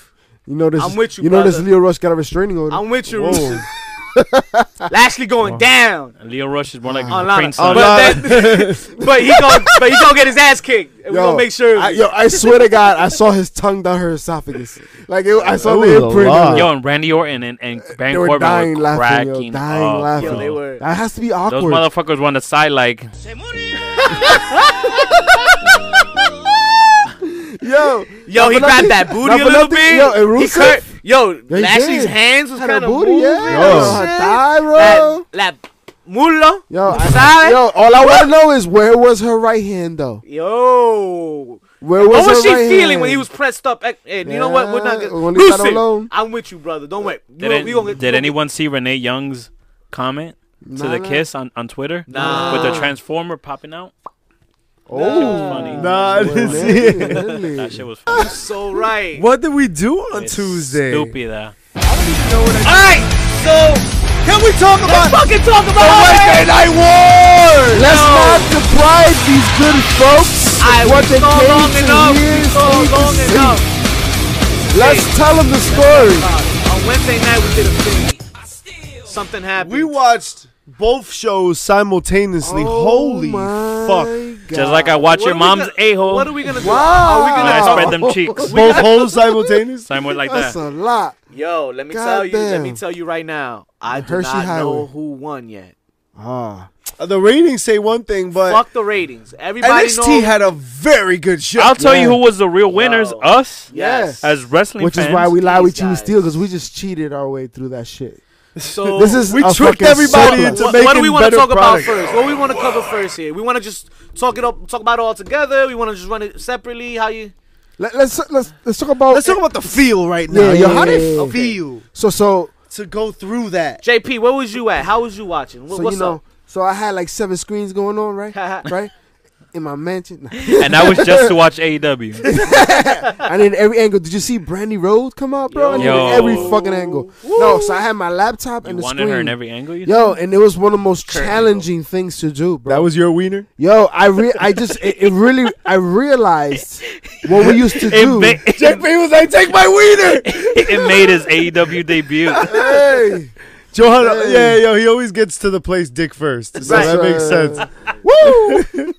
Speaker 2: You know this.
Speaker 1: I'm with you,
Speaker 2: know this.
Speaker 1: brother.
Speaker 2: Leo Rush got a restraining order.
Speaker 1: I'm with you,
Speaker 4: Whoa.
Speaker 1: Rusev. Lashley going down
Speaker 3: Leo Rush is more like
Speaker 1: on
Speaker 3: Crane
Speaker 1: Lana,
Speaker 3: Sun.
Speaker 1: but, that, but he gonna but he gonna get his ass kicked, and we're
Speaker 2: Yo,
Speaker 1: gonna make sure.
Speaker 2: I, yo, I swear to God, I saw his tongue down her esophagus. Like it, I saw
Speaker 4: That was
Speaker 2: the
Speaker 4: a
Speaker 2: imprint.
Speaker 4: lot.
Speaker 2: on it.
Speaker 3: Yo, and Randy Orton and, and Baron
Speaker 2: They were
Speaker 3: Corbin
Speaker 2: dying
Speaker 3: were
Speaker 2: laughing, yo,
Speaker 3: cracking
Speaker 2: dying
Speaker 3: up,
Speaker 2: laughing.
Speaker 1: yo,
Speaker 3: bro.
Speaker 1: they were.
Speaker 2: that has to be
Speaker 3: Those
Speaker 2: awkward.
Speaker 3: motherfuckers were on the side like,
Speaker 2: yo,
Speaker 1: Yo, he
Speaker 2: but
Speaker 1: grabbed
Speaker 2: nothing-
Speaker 1: that booty a
Speaker 2: but
Speaker 1: little
Speaker 2: nothing-
Speaker 1: bit.
Speaker 2: Yo, and
Speaker 1: He
Speaker 2: Rusev
Speaker 1: cur- yo,
Speaker 2: They
Speaker 1: Lashley's
Speaker 2: did.
Speaker 1: hands was
Speaker 2: had a
Speaker 1: kind of
Speaker 2: booty,
Speaker 1: moving.
Speaker 2: yeah.
Speaker 1: and
Speaker 2: Her
Speaker 1: shit.
Speaker 2: thigh, bro.
Speaker 1: That, that mulo.
Speaker 2: Oh. Yo, I,
Speaker 1: Side.
Speaker 2: yo, all I want to know is where was her right hand though?
Speaker 1: Yo.
Speaker 2: Where was
Speaker 1: What was
Speaker 2: her
Speaker 1: she
Speaker 2: right
Speaker 1: feeling
Speaker 2: hand?
Speaker 1: when he was pressed up? Eh, eh, You know what? We're not
Speaker 2: Yeah,
Speaker 1: gonna.
Speaker 2: we'll leave that
Speaker 1: Rusev,
Speaker 2: alone.
Speaker 1: I'm with you, brother. Don't wait. We
Speaker 3: did,
Speaker 1: gon- we
Speaker 3: it-
Speaker 1: gonna get-
Speaker 3: did anyone see Renee Young's comment to
Speaker 2: Nah,
Speaker 3: the
Speaker 2: nah.
Speaker 3: kiss on, on Twitter?
Speaker 1: Nah.
Speaker 3: With the transformer popping out?
Speaker 2: Oh,
Speaker 3: funny.
Speaker 4: Nah, I didn't see it.
Speaker 2: really, really.
Speaker 3: That shit was funny.
Speaker 1: So right.
Speaker 4: What did we do on
Speaker 3: It's
Speaker 4: Tuesday?
Speaker 3: Stupid, uh,
Speaker 1: All right. So
Speaker 4: Can we talk
Speaker 1: let's
Speaker 4: about
Speaker 1: fucking talk
Speaker 2: Oh
Speaker 4: the
Speaker 1: about.
Speaker 4: Wednesday Night War?
Speaker 2: Let's
Speaker 1: No.
Speaker 2: not deprive these good folks of
Speaker 1: I
Speaker 2: what
Speaker 1: we
Speaker 2: they
Speaker 1: saw
Speaker 2: came
Speaker 1: long
Speaker 2: to
Speaker 1: enough.
Speaker 2: hear,
Speaker 1: We saw
Speaker 2: see, to
Speaker 1: long
Speaker 2: see.
Speaker 1: enough.
Speaker 2: Let's tell them the story.
Speaker 1: Uh, on Wednesday night we did a thing. Something happened.
Speaker 4: We watched both shows simultaneously.
Speaker 2: Oh
Speaker 4: Holy fuck!
Speaker 3: just like I watch
Speaker 1: What are
Speaker 3: your
Speaker 1: we
Speaker 3: mom's
Speaker 1: gonna-
Speaker 3: a hole.
Speaker 1: What are we gonna do?
Speaker 2: Wow.
Speaker 1: Are we
Speaker 3: And
Speaker 1: gonna
Speaker 3: I spread them cheeks.
Speaker 4: Both holes simultaneous.
Speaker 3: Somewhere like
Speaker 2: That's a
Speaker 3: that.
Speaker 2: lot.
Speaker 1: Yo, let me tell you. Let me
Speaker 2: Goddamn.
Speaker 1: tell you right now. I do
Speaker 2: Hershey
Speaker 1: not know
Speaker 2: Highway.
Speaker 1: who won yet.
Speaker 2: Ah,
Speaker 4: Uh, The ratings say one thing, but
Speaker 1: Fuck the ratings. Everybody
Speaker 4: NXT
Speaker 1: knows.
Speaker 4: had a very good show.
Speaker 3: I'll tell
Speaker 2: Yeah.
Speaker 3: you who was the real winners.
Speaker 1: Yo.
Speaker 3: Us
Speaker 1: yes.
Speaker 3: as wrestling
Speaker 2: Which
Speaker 3: fans.
Speaker 2: is why we lie, we
Speaker 1: These
Speaker 2: cheat, we
Speaker 1: guys.
Speaker 2: steal, because we just cheated our way through that shit.
Speaker 1: so
Speaker 2: This is
Speaker 4: We
Speaker 2: a
Speaker 4: tricked
Speaker 2: fucking
Speaker 4: everybody
Speaker 2: surplus.
Speaker 4: into
Speaker 1: what,
Speaker 4: making
Speaker 1: what do we want to
Speaker 4: better
Speaker 1: talk
Speaker 4: product.
Speaker 1: about first? What we want to cover first here? We want to just talk it up, talk about it all together. We want to just run it separately. How you?
Speaker 2: Let, let's let's let's talk about.
Speaker 4: Let's talk about the feel right
Speaker 2: Yeah,
Speaker 4: now.
Speaker 2: yeah,
Speaker 4: yo, how
Speaker 2: yeah,
Speaker 4: did
Speaker 2: yeah,
Speaker 4: it
Speaker 2: yeah.
Speaker 4: feel
Speaker 2: so so
Speaker 4: to go through that?
Speaker 1: JP, where was you at? How was you watching? What,
Speaker 2: so
Speaker 1: what's
Speaker 2: you know.
Speaker 1: up?
Speaker 2: So I had like seven screens going on, right? right. In my mansion,
Speaker 3: and that was just to watch E AEW.
Speaker 2: I needed every angle. Did you see Brandy Rhodes come out, bro? I needed
Speaker 3: Yo.
Speaker 2: every fucking angle. No, so I had my laptop
Speaker 3: you
Speaker 2: and the
Speaker 3: wanted
Speaker 2: screen.
Speaker 3: her in every angle. You
Speaker 2: Yo, and it was one of the most
Speaker 1: Curtain
Speaker 2: challenging things to do, bro.
Speaker 4: That was your wiener.
Speaker 2: Yo, I re- I just it, it really I realized what we used to
Speaker 3: It,
Speaker 2: do.
Speaker 3: ma-
Speaker 4: JP was like, "Take my wiener."
Speaker 3: it made his AEW debut.
Speaker 2: hey,
Speaker 4: Johan,
Speaker 2: Hey.
Speaker 4: yeah, yo, he always gets to the place dick first, so
Speaker 1: Right.
Speaker 4: that makes
Speaker 2: Uh,
Speaker 4: sense.
Speaker 2: Woo!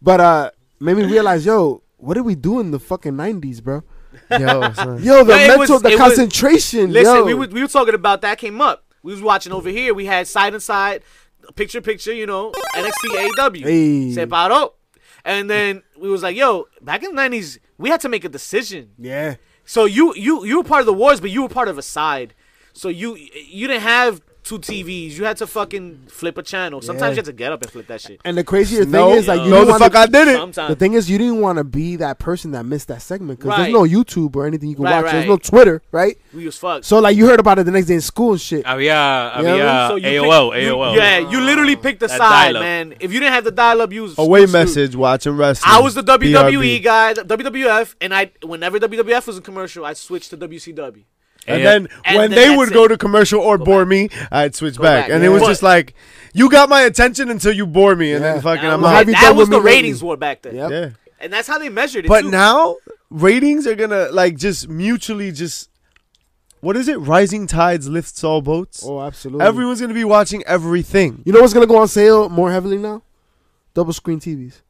Speaker 2: but uh, made me realize, yo, what did we do in the fucking nineties, bro?
Speaker 4: yo, son.
Speaker 2: Yo, the
Speaker 1: Yeah, it
Speaker 2: mental,
Speaker 1: was-
Speaker 2: the
Speaker 1: it was-
Speaker 2: concentration.
Speaker 1: Listen,
Speaker 2: yo.
Speaker 1: we were, we were talking about that came up. We was watching over here. We had side and side, picture in picture. You know, NXT AEW.
Speaker 2: Hey.
Speaker 1: Se paró. And then we was like, yo, back in the nineties, we had to make a decision.
Speaker 2: yeah,
Speaker 1: So you you you were part of the wars, but you were part of a side. So you you didn't have two TVs. You had to fucking flip a channel. Sometimes
Speaker 2: Yeah.
Speaker 1: you had to get up and flip that shit.
Speaker 2: and the crazier thing
Speaker 4: no,
Speaker 2: is, like, you
Speaker 4: no,
Speaker 2: didn't
Speaker 4: the
Speaker 2: wanna-
Speaker 4: fuck I did it.
Speaker 1: Sometimes
Speaker 2: The thing is, you didn't want to be that person that missed that segment because
Speaker 1: Right.
Speaker 2: there's no YouTube or anything you can
Speaker 1: Right,
Speaker 2: watch. There's
Speaker 1: right.
Speaker 2: no Twitter, right?
Speaker 1: we was fucked.
Speaker 2: So like, you heard about it the next day in school and shit.
Speaker 3: Oh yeah, oh
Speaker 2: Yeah,
Speaker 3: yeah.
Speaker 1: So you picked-
Speaker 3: AOL,
Speaker 1: you-
Speaker 3: AOL.
Speaker 1: yeah, you literally picked a
Speaker 3: That
Speaker 1: side,
Speaker 3: dial-up.
Speaker 1: man. If you didn't have the dial up, you was
Speaker 4: Away
Speaker 1: screwed.
Speaker 4: message, watching wrestling.
Speaker 1: I was the WWE
Speaker 4: BRB.
Speaker 1: guy, the WWF, and I whenever WWF was a commercial, I switched to WCW.
Speaker 4: And
Speaker 3: Yeah.
Speaker 4: then
Speaker 1: And then
Speaker 4: when they
Speaker 1: that's
Speaker 4: would
Speaker 1: it.
Speaker 4: go to commercial or bore me, I'd switch
Speaker 1: Go
Speaker 4: back.
Speaker 1: back,
Speaker 4: And
Speaker 2: yeah.
Speaker 4: it was
Speaker 1: But-
Speaker 4: just like, you got my attention until you bore me, and
Speaker 2: Yeah.
Speaker 4: then fucking
Speaker 1: That
Speaker 4: I'm
Speaker 1: was,
Speaker 2: Have
Speaker 4: out.
Speaker 2: you
Speaker 1: that
Speaker 2: done
Speaker 1: was
Speaker 2: with
Speaker 1: the
Speaker 2: me lately?
Speaker 1: ratings war back then,
Speaker 2: Yep.
Speaker 4: Yeah.
Speaker 1: and that's how they measured it.
Speaker 4: But
Speaker 1: too.
Speaker 4: now ratings are gonna like just mutually just what is it? Rising tides lifts all boats.
Speaker 2: Oh, absolutely.
Speaker 4: Everyone's gonna be watching everything.
Speaker 2: you know what's gonna go on sale more heavily now? Double screen TVs,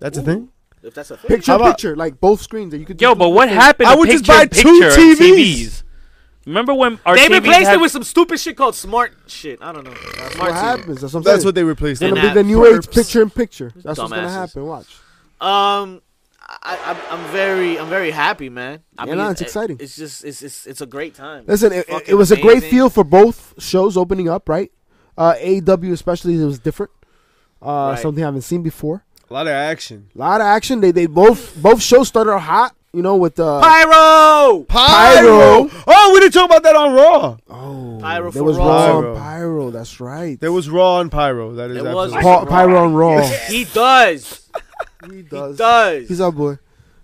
Speaker 4: That's a thing.
Speaker 1: if that's a thing,
Speaker 2: picture
Speaker 4: How
Speaker 2: in
Speaker 4: about-
Speaker 2: picture, like both screens that you could.
Speaker 3: Yo,
Speaker 2: do
Speaker 3: but what
Speaker 2: different-
Speaker 3: happened?
Speaker 4: I
Speaker 3: to
Speaker 4: would just
Speaker 3: picture in
Speaker 4: buy two
Speaker 3: picture and
Speaker 4: TVs.
Speaker 3: Remember when our
Speaker 1: they
Speaker 3: TVs
Speaker 1: replaced
Speaker 3: had-
Speaker 1: it with some stupid shit called smart shit. I don't know. Uh,
Speaker 2: What
Speaker 1: Smart TV.
Speaker 2: happens? That's what I'm
Speaker 4: That's
Speaker 2: saying.
Speaker 4: what they
Speaker 2: It's
Speaker 4: replaced. it
Speaker 1: And
Speaker 2: gonna be
Speaker 4: with.
Speaker 1: that
Speaker 2: the new age
Speaker 1: perps.
Speaker 2: picture in picture. That's what's gonna
Speaker 1: Dumbasses.
Speaker 2: happen. Watch.
Speaker 1: Um, I, I'm I'm very I'm very happy, man. I
Speaker 2: Yeah, no, it's
Speaker 1: it-
Speaker 2: exciting.
Speaker 1: It's just it's it's it's a great time.
Speaker 2: Listen, it, it- it was a great feel for both shows opening up, right? Uh, AEW especially, it was different. Uh,
Speaker 1: Right.
Speaker 2: Something I haven't seen before.
Speaker 4: a lot of action.
Speaker 2: A lot of action. They they both both shows started out hot. You know with uh, the
Speaker 1: Pyro.
Speaker 2: Pyro.
Speaker 4: Oh, we didn't talk about that on Raw.
Speaker 2: oh
Speaker 1: Pyro
Speaker 2: there
Speaker 1: for
Speaker 2: was
Speaker 1: Raw.
Speaker 2: Raw
Speaker 4: Pyro.
Speaker 2: and Pyro. That's right.
Speaker 4: There was Raw and Pyro. That is
Speaker 1: There was-
Speaker 4: absolutely-
Speaker 2: pa- Pyro on Raw.
Speaker 1: He does.
Speaker 2: he
Speaker 1: He
Speaker 2: does.
Speaker 1: does.
Speaker 2: He's our boy.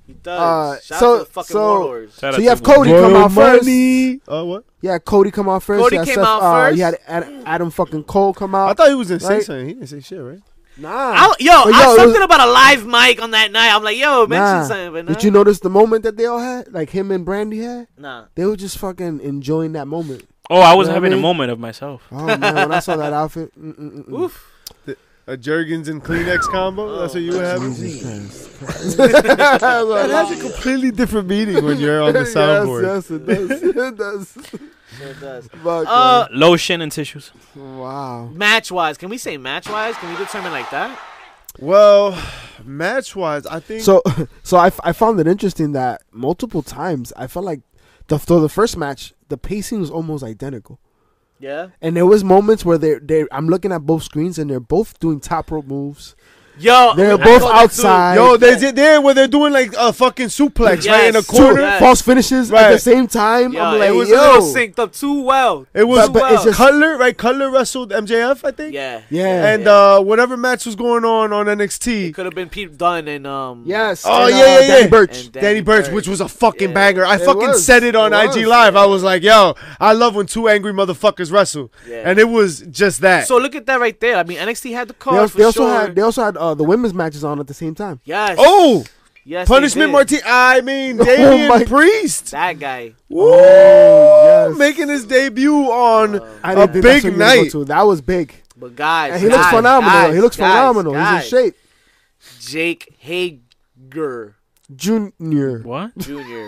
Speaker 1: he does.
Speaker 2: uh,
Speaker 1: Shout out
Speaker 2: so-
Speaker 1: to the fucking
Speaker 2: so-
Speaker 1: Warlords.
Speaker 3: Shout out
Speaker 2: so you have
Speaker 3: to-
Speaker 2: Cody come
Speaker 4: Royal
Speaker 2: out first.
Speaker 4: money. Oh, what?
Speaker 2: Yeah, Cody come out first.
Speaker 1: Cody
Speaker 2: yeah,
Speaker 1: came out
Speaker 2: uh,
Speaker 1: first.
Speaker 2: You had Ad- Adam fucking Cole come out.
Speaker 4: I thought he was gonna say
Speaker 2: Right.
Speaker 4: something. He didn't say shit, right?
Speaker 2: nah.
Speaker 1: I, yo,
Speaker 2: But
Speaker 1: I,
Speaker 2: yo, it
Speaker 1: something
Speaker 2: was-
Speaker 1: about a live mic on that night. I'm like, yo, mention
Speaker 2: Nah.
Speaker 1: something. But nah.
Speaker 2: Did you notice the moment that they all had? Like him and Brandy had?
Speaker 1: Nah.
Speaker 2: They were just fucking enjoying that moment.
Speaker 3: Oh, I was
Speaker 2: You know what I
Speaker 3: having
Speaker 2: mean?
Speaker 3: a moment of myself.
Speaker 2: Oh man, when I saw that outfit, mm, mm, mm, mm.
Speaker 1: Oof.
Speaker 4: A Jergens and Kleenex combo.
Speaker 1: Oh,
Speaker 4: That's what you would have.
Speaker 2: Jesus Christ.
Speaker 4: That has a completely different meaning when you're on the soundboard.
Speaker 2: Yes, yes, it does. It does.
Speaker 1: Sure does.
Speaker 2: Fuck,
Speaker 1: Uh,
Speaker 3: Lotion and tissues.
Speaker 2: man. wow.
Speaker 1: match wise, can we say match wise? Can we determine like that?
Speaker 4: Well, match wise, I think
Speaker 2: So, so I, f- I found it interesting that multiple times I felt like the though the first match the pacing was almost identical,
Speaker 1: Yeah.
Speaker 2: and there was moments where they they I'm looking at both screens and they're both doing top rope moves.
Speaker 1: Yo,
Speaker 2: They're
Speaker 1: I
Speaker 2: both
Speaker 1: told you,
Speaker 2: outside.
Speaker 4: yo, they did there where they're doing like a fucking suplex right in a
Speaker 1: Yes.
Speaker 2: Two
Speaker 4: corner.
Speaker 1: Yes.
Speaker 2: false finishes at the
Speaker 4: Right.
Speaker 2: same time.
Speaker 1: dude,
Speaker 2: I'm
Speaker 1: yo,
Speaker 2: like,
Speaker 1: it was a
Speaker 2: yo,
Speaker 1: little synced up too well.
Speaker 4: It was
Speaker 1: But-
Speaker 2: but it's just-
Speaker 4: Cutler, right? Cutler wrestled MJF, I think.
Speaker 1: yeah.
Speaker 2: yeah,
Speaker 4: And uh, whatever match was going on on NXT,
Speaker 1: Could have been Pete Dunne and um.
Speaker 2: yes,
Speaker 4: Oh,
Speaker 2: and, uh,
Speaker 4: yeah, yeah,
Speaker 2: Danny
Speaker 4: yeah.
Speaker 2: Birch.
Speaker 1: And
Speaker 4: Danny Birch, which was a fucking
Speaker 1: Yeah.
Speaker 4: banger. I
Speaker 2: It
Speaker 4: fucking
Speaker 2: was.
Speaker 4: said it on
Speaker 2: It
Speaker 4: IG
Speaker 2: was.
Speaker 4: Live. I was like, yo, I love when two angry motherfuckers wrestle.
Speaker 1: Yeah.
Speaker 4: And it was just that.
Speaker 1: So look at that right there. I mean, NXT had the
Speaker 2: They,
Speaker 1: card
Speaker 2: al-
Speaker 1: for
Speaker 2: they also
Speaker 1: sure.
Speaker 2: had they also had uh, the women's matches on at the same time.
Speaker 1: yes.
Speaker 4: oh,
Speaker 1: yes. they
Speaker 4: Punishment
Speaker 1: did.
Speaker 4: Martinez. I mean,
Speaker 2: Oh
Speaker 4: Damian
Speaker 2: my- Oh,
Speaker 4: Priest.
Speaker 1: That guy.
Speaker 4: Woo!
Speaker 2: yes.
Speaker 4: Making his debut on
Speaker 1: Um,
Speaker 2: I
Speaker 4: a
Speaker 2: didn't think that's what
Speaker 4: big
Speaker 2: you were gonna
Speaker 4: night.
Speaker 2: go to. That was big.
Speaker 1: But guys,
Speaker 2: And he looks
Speaker 1: guys,
Speaker 2: phenomenal.
Speaker 1: guys,
Speaker 2: he looks
Speaker 1: guys,
Speaker 2: phenomenal.
Speaker 1: Guys.
Speaker 2: He's in shape.
Speaker 1: Jake Hager
Speaker 2: Junior.
Speaker 3: What?
Speaker 1: Jr.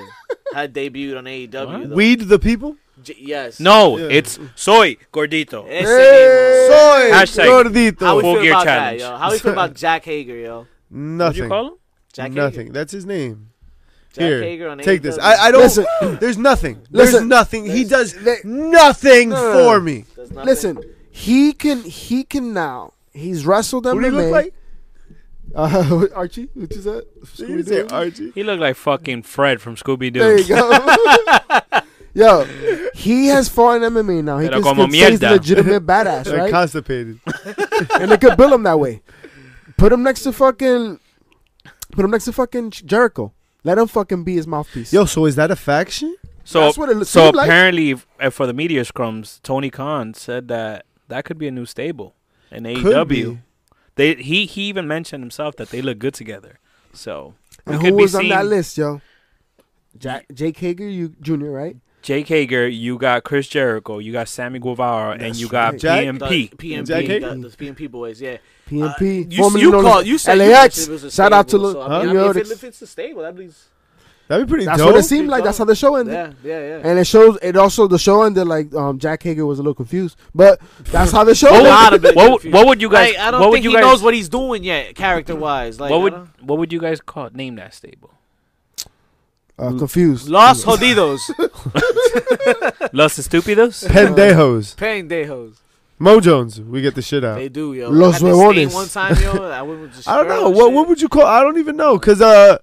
Speaker 1: had debuted on AEW.
Speaker 3: What?
Speaker 1: though.
Speaker 4: Weed the people?
Speaker 1: J- yes.
Speaker 3: No,
Speaker 4: Yeah.
Speaker 3: it's soy gordito.
Speaker 1: Ese mismo.
Speaker 4: Soy
Speaker 3: Hashtag.
Speaker 1: How we
Speaker 4: gordito.
Speaker 3: Full
Speaker 1: feel
Speaker 3: Gear
Speaker 1: about
Speaker 3: Challenge.
Speaker 1: that, yo? How we feel about Jack Hager, yo?
Speaker 3: What'd you
Speaker 4: Nothing.
Speaker 3: call him?
Speaker 1: Jack Hager.
Speaker 4: Nothing. That's his name.
Speaker 1: Jack
Speaker 4: Here,
Speaker 1: Hager on E
Speaker 4: take this.
Speaker 1: AEW.
Speaker 4: I, I don't.
Speaker 2: Listen.
Speaker 4: there's nothing. there's
Speaker 2: Listen.
Speaker 4: nothing. he does
Speaker 2: Li-
Speaker 4: nothing
Speaker 2: No.
Speaker 4: for me.
Speaker 1: Does nothing.
Speaker 2: Listen, he can he can now. He's wrestled MMA.
Speaker 4: What do you look like?
Speaker 2: Uh, Archie, which is that?
Speaker 4: You didn't say
Speaker 2: Scooby-Doo?
Speaker 4: Archie.
Speaker 3: He looked like fucking Fred from Scooby
Speaker 2: There
Speaker 3: Doo.
Speaker 2: you go. Yo, he has fought in MMA now. He can
Speaker 3: Pero como
Speaker 2: say he's a
Speaker 3: mierda.
Speaker 2: legitimate badass,
Speaker 4: Like
Speaker 2: right?
Speaker 4: constipated.
Speaker 2: and they could bill him that way. Put him next to fucking, put him next to fucking Jericho. Let him fucking be his mouthpiece.
Speaker 4: Yo, so is that a faction?
Speaker 3: So,
Speaker 2: That's what it
Speaker 3: so
Speaker 2: seemed like.
Speaker 3: apparently, uh, for the media scrums, Tony Khan said that that could be a new stable in
Speaker 4: be.
Speaker 3: AEW. They he he even mentioned himself that they look good together. So we
Speaker 2: and
Speaker 3: could
Speaker 2: who
Speaker 3: be
Speaker 2: was on
Speaker 3: seeing
Speaker 2: that list, yo? Uh, Jack, Jake Hager, you Junior, right?
Speaker 3: Jake Hager, you got Chris Jericho, you got Sammy Guevara, and
Speaker 2: That's
Speaker 3: you got
Speaker 2: right.
Speaker 4: Jack-
Speaker 1: The
Speaker 3: PMP.
Speaker 1: PMP,
Speaker 4: Jack
Speaker 1: the,
Speaker 4: Hager?
Speaker 1: the PMP boys, yeah. Uh,
Speaker 2: PMP,
Speaker 1: you, you
Speaker 2: known
Speaker 1: called,
Speaker 2: as
Speaker 1: you said
Speaker 2: LAX.
Speaker 1: You mentioned it was a
Speaker 2: Shout out to
Speaker 1: stable,
Speaker 2: Lu-
Speaker 1: so, I
Speaker 2: huh?
Speaker 1: mean, I mean, if,
Speaker 2: York.
Speaker 1: it, if it's a stable, that means
Speaker 4: That'd be pretty
Speaker 2: That's
Speaker 4: dope.
Speaker 2: what it seemed like. That's how the show ended.
Speaker 1: yeah, yeah, yeah.
Speaker 2: And it shows. It also the show ended like um, Jack Hager was a little confused, but that's how the show.
Speaker 1: Oh,
Speaker 3: What
Speaker 1: A
Speaker 3: would-
Speaker 2: ended.
Speaker 1: lot of it
Speaker 3: what, would-
Speaker 1: confused.
Speaker 3: what would you guys?
Speaker 1: like, I don't
Speaker 3: what
Speaker 1: think
Speaker 3: would you
Speaker 1: he
Speaker 3: guys?
Speaker 1: knows what he's doing yet, character wise. Like,
Speaker 3: what
Speaker 1: I
Speaker 3: would
Speaker 1: don't-
Speaker 3: what would you guys call name that stable?
Speaker 2: Uh, confused.
Speaker 1: Los Jodidos,
Speaker 3: Los Estupidos.
Speaker 4: Pendejos.
Speaker 1: Pendejos.
Speaker 4: Mo Jones. We get the shit out.
Speaker 1: They do, yo. I had
Speaker 2: Los
Speaker 1: this thing
Speaker 2: huevones.
Speaker 1: One time, yo, I went with the
Speaker 4: I don't know.
Speaker 1: Sherlock
Speaker 4: What
Speaker 1: shit.
Speaker 4: what would you call? I don't even know because uh,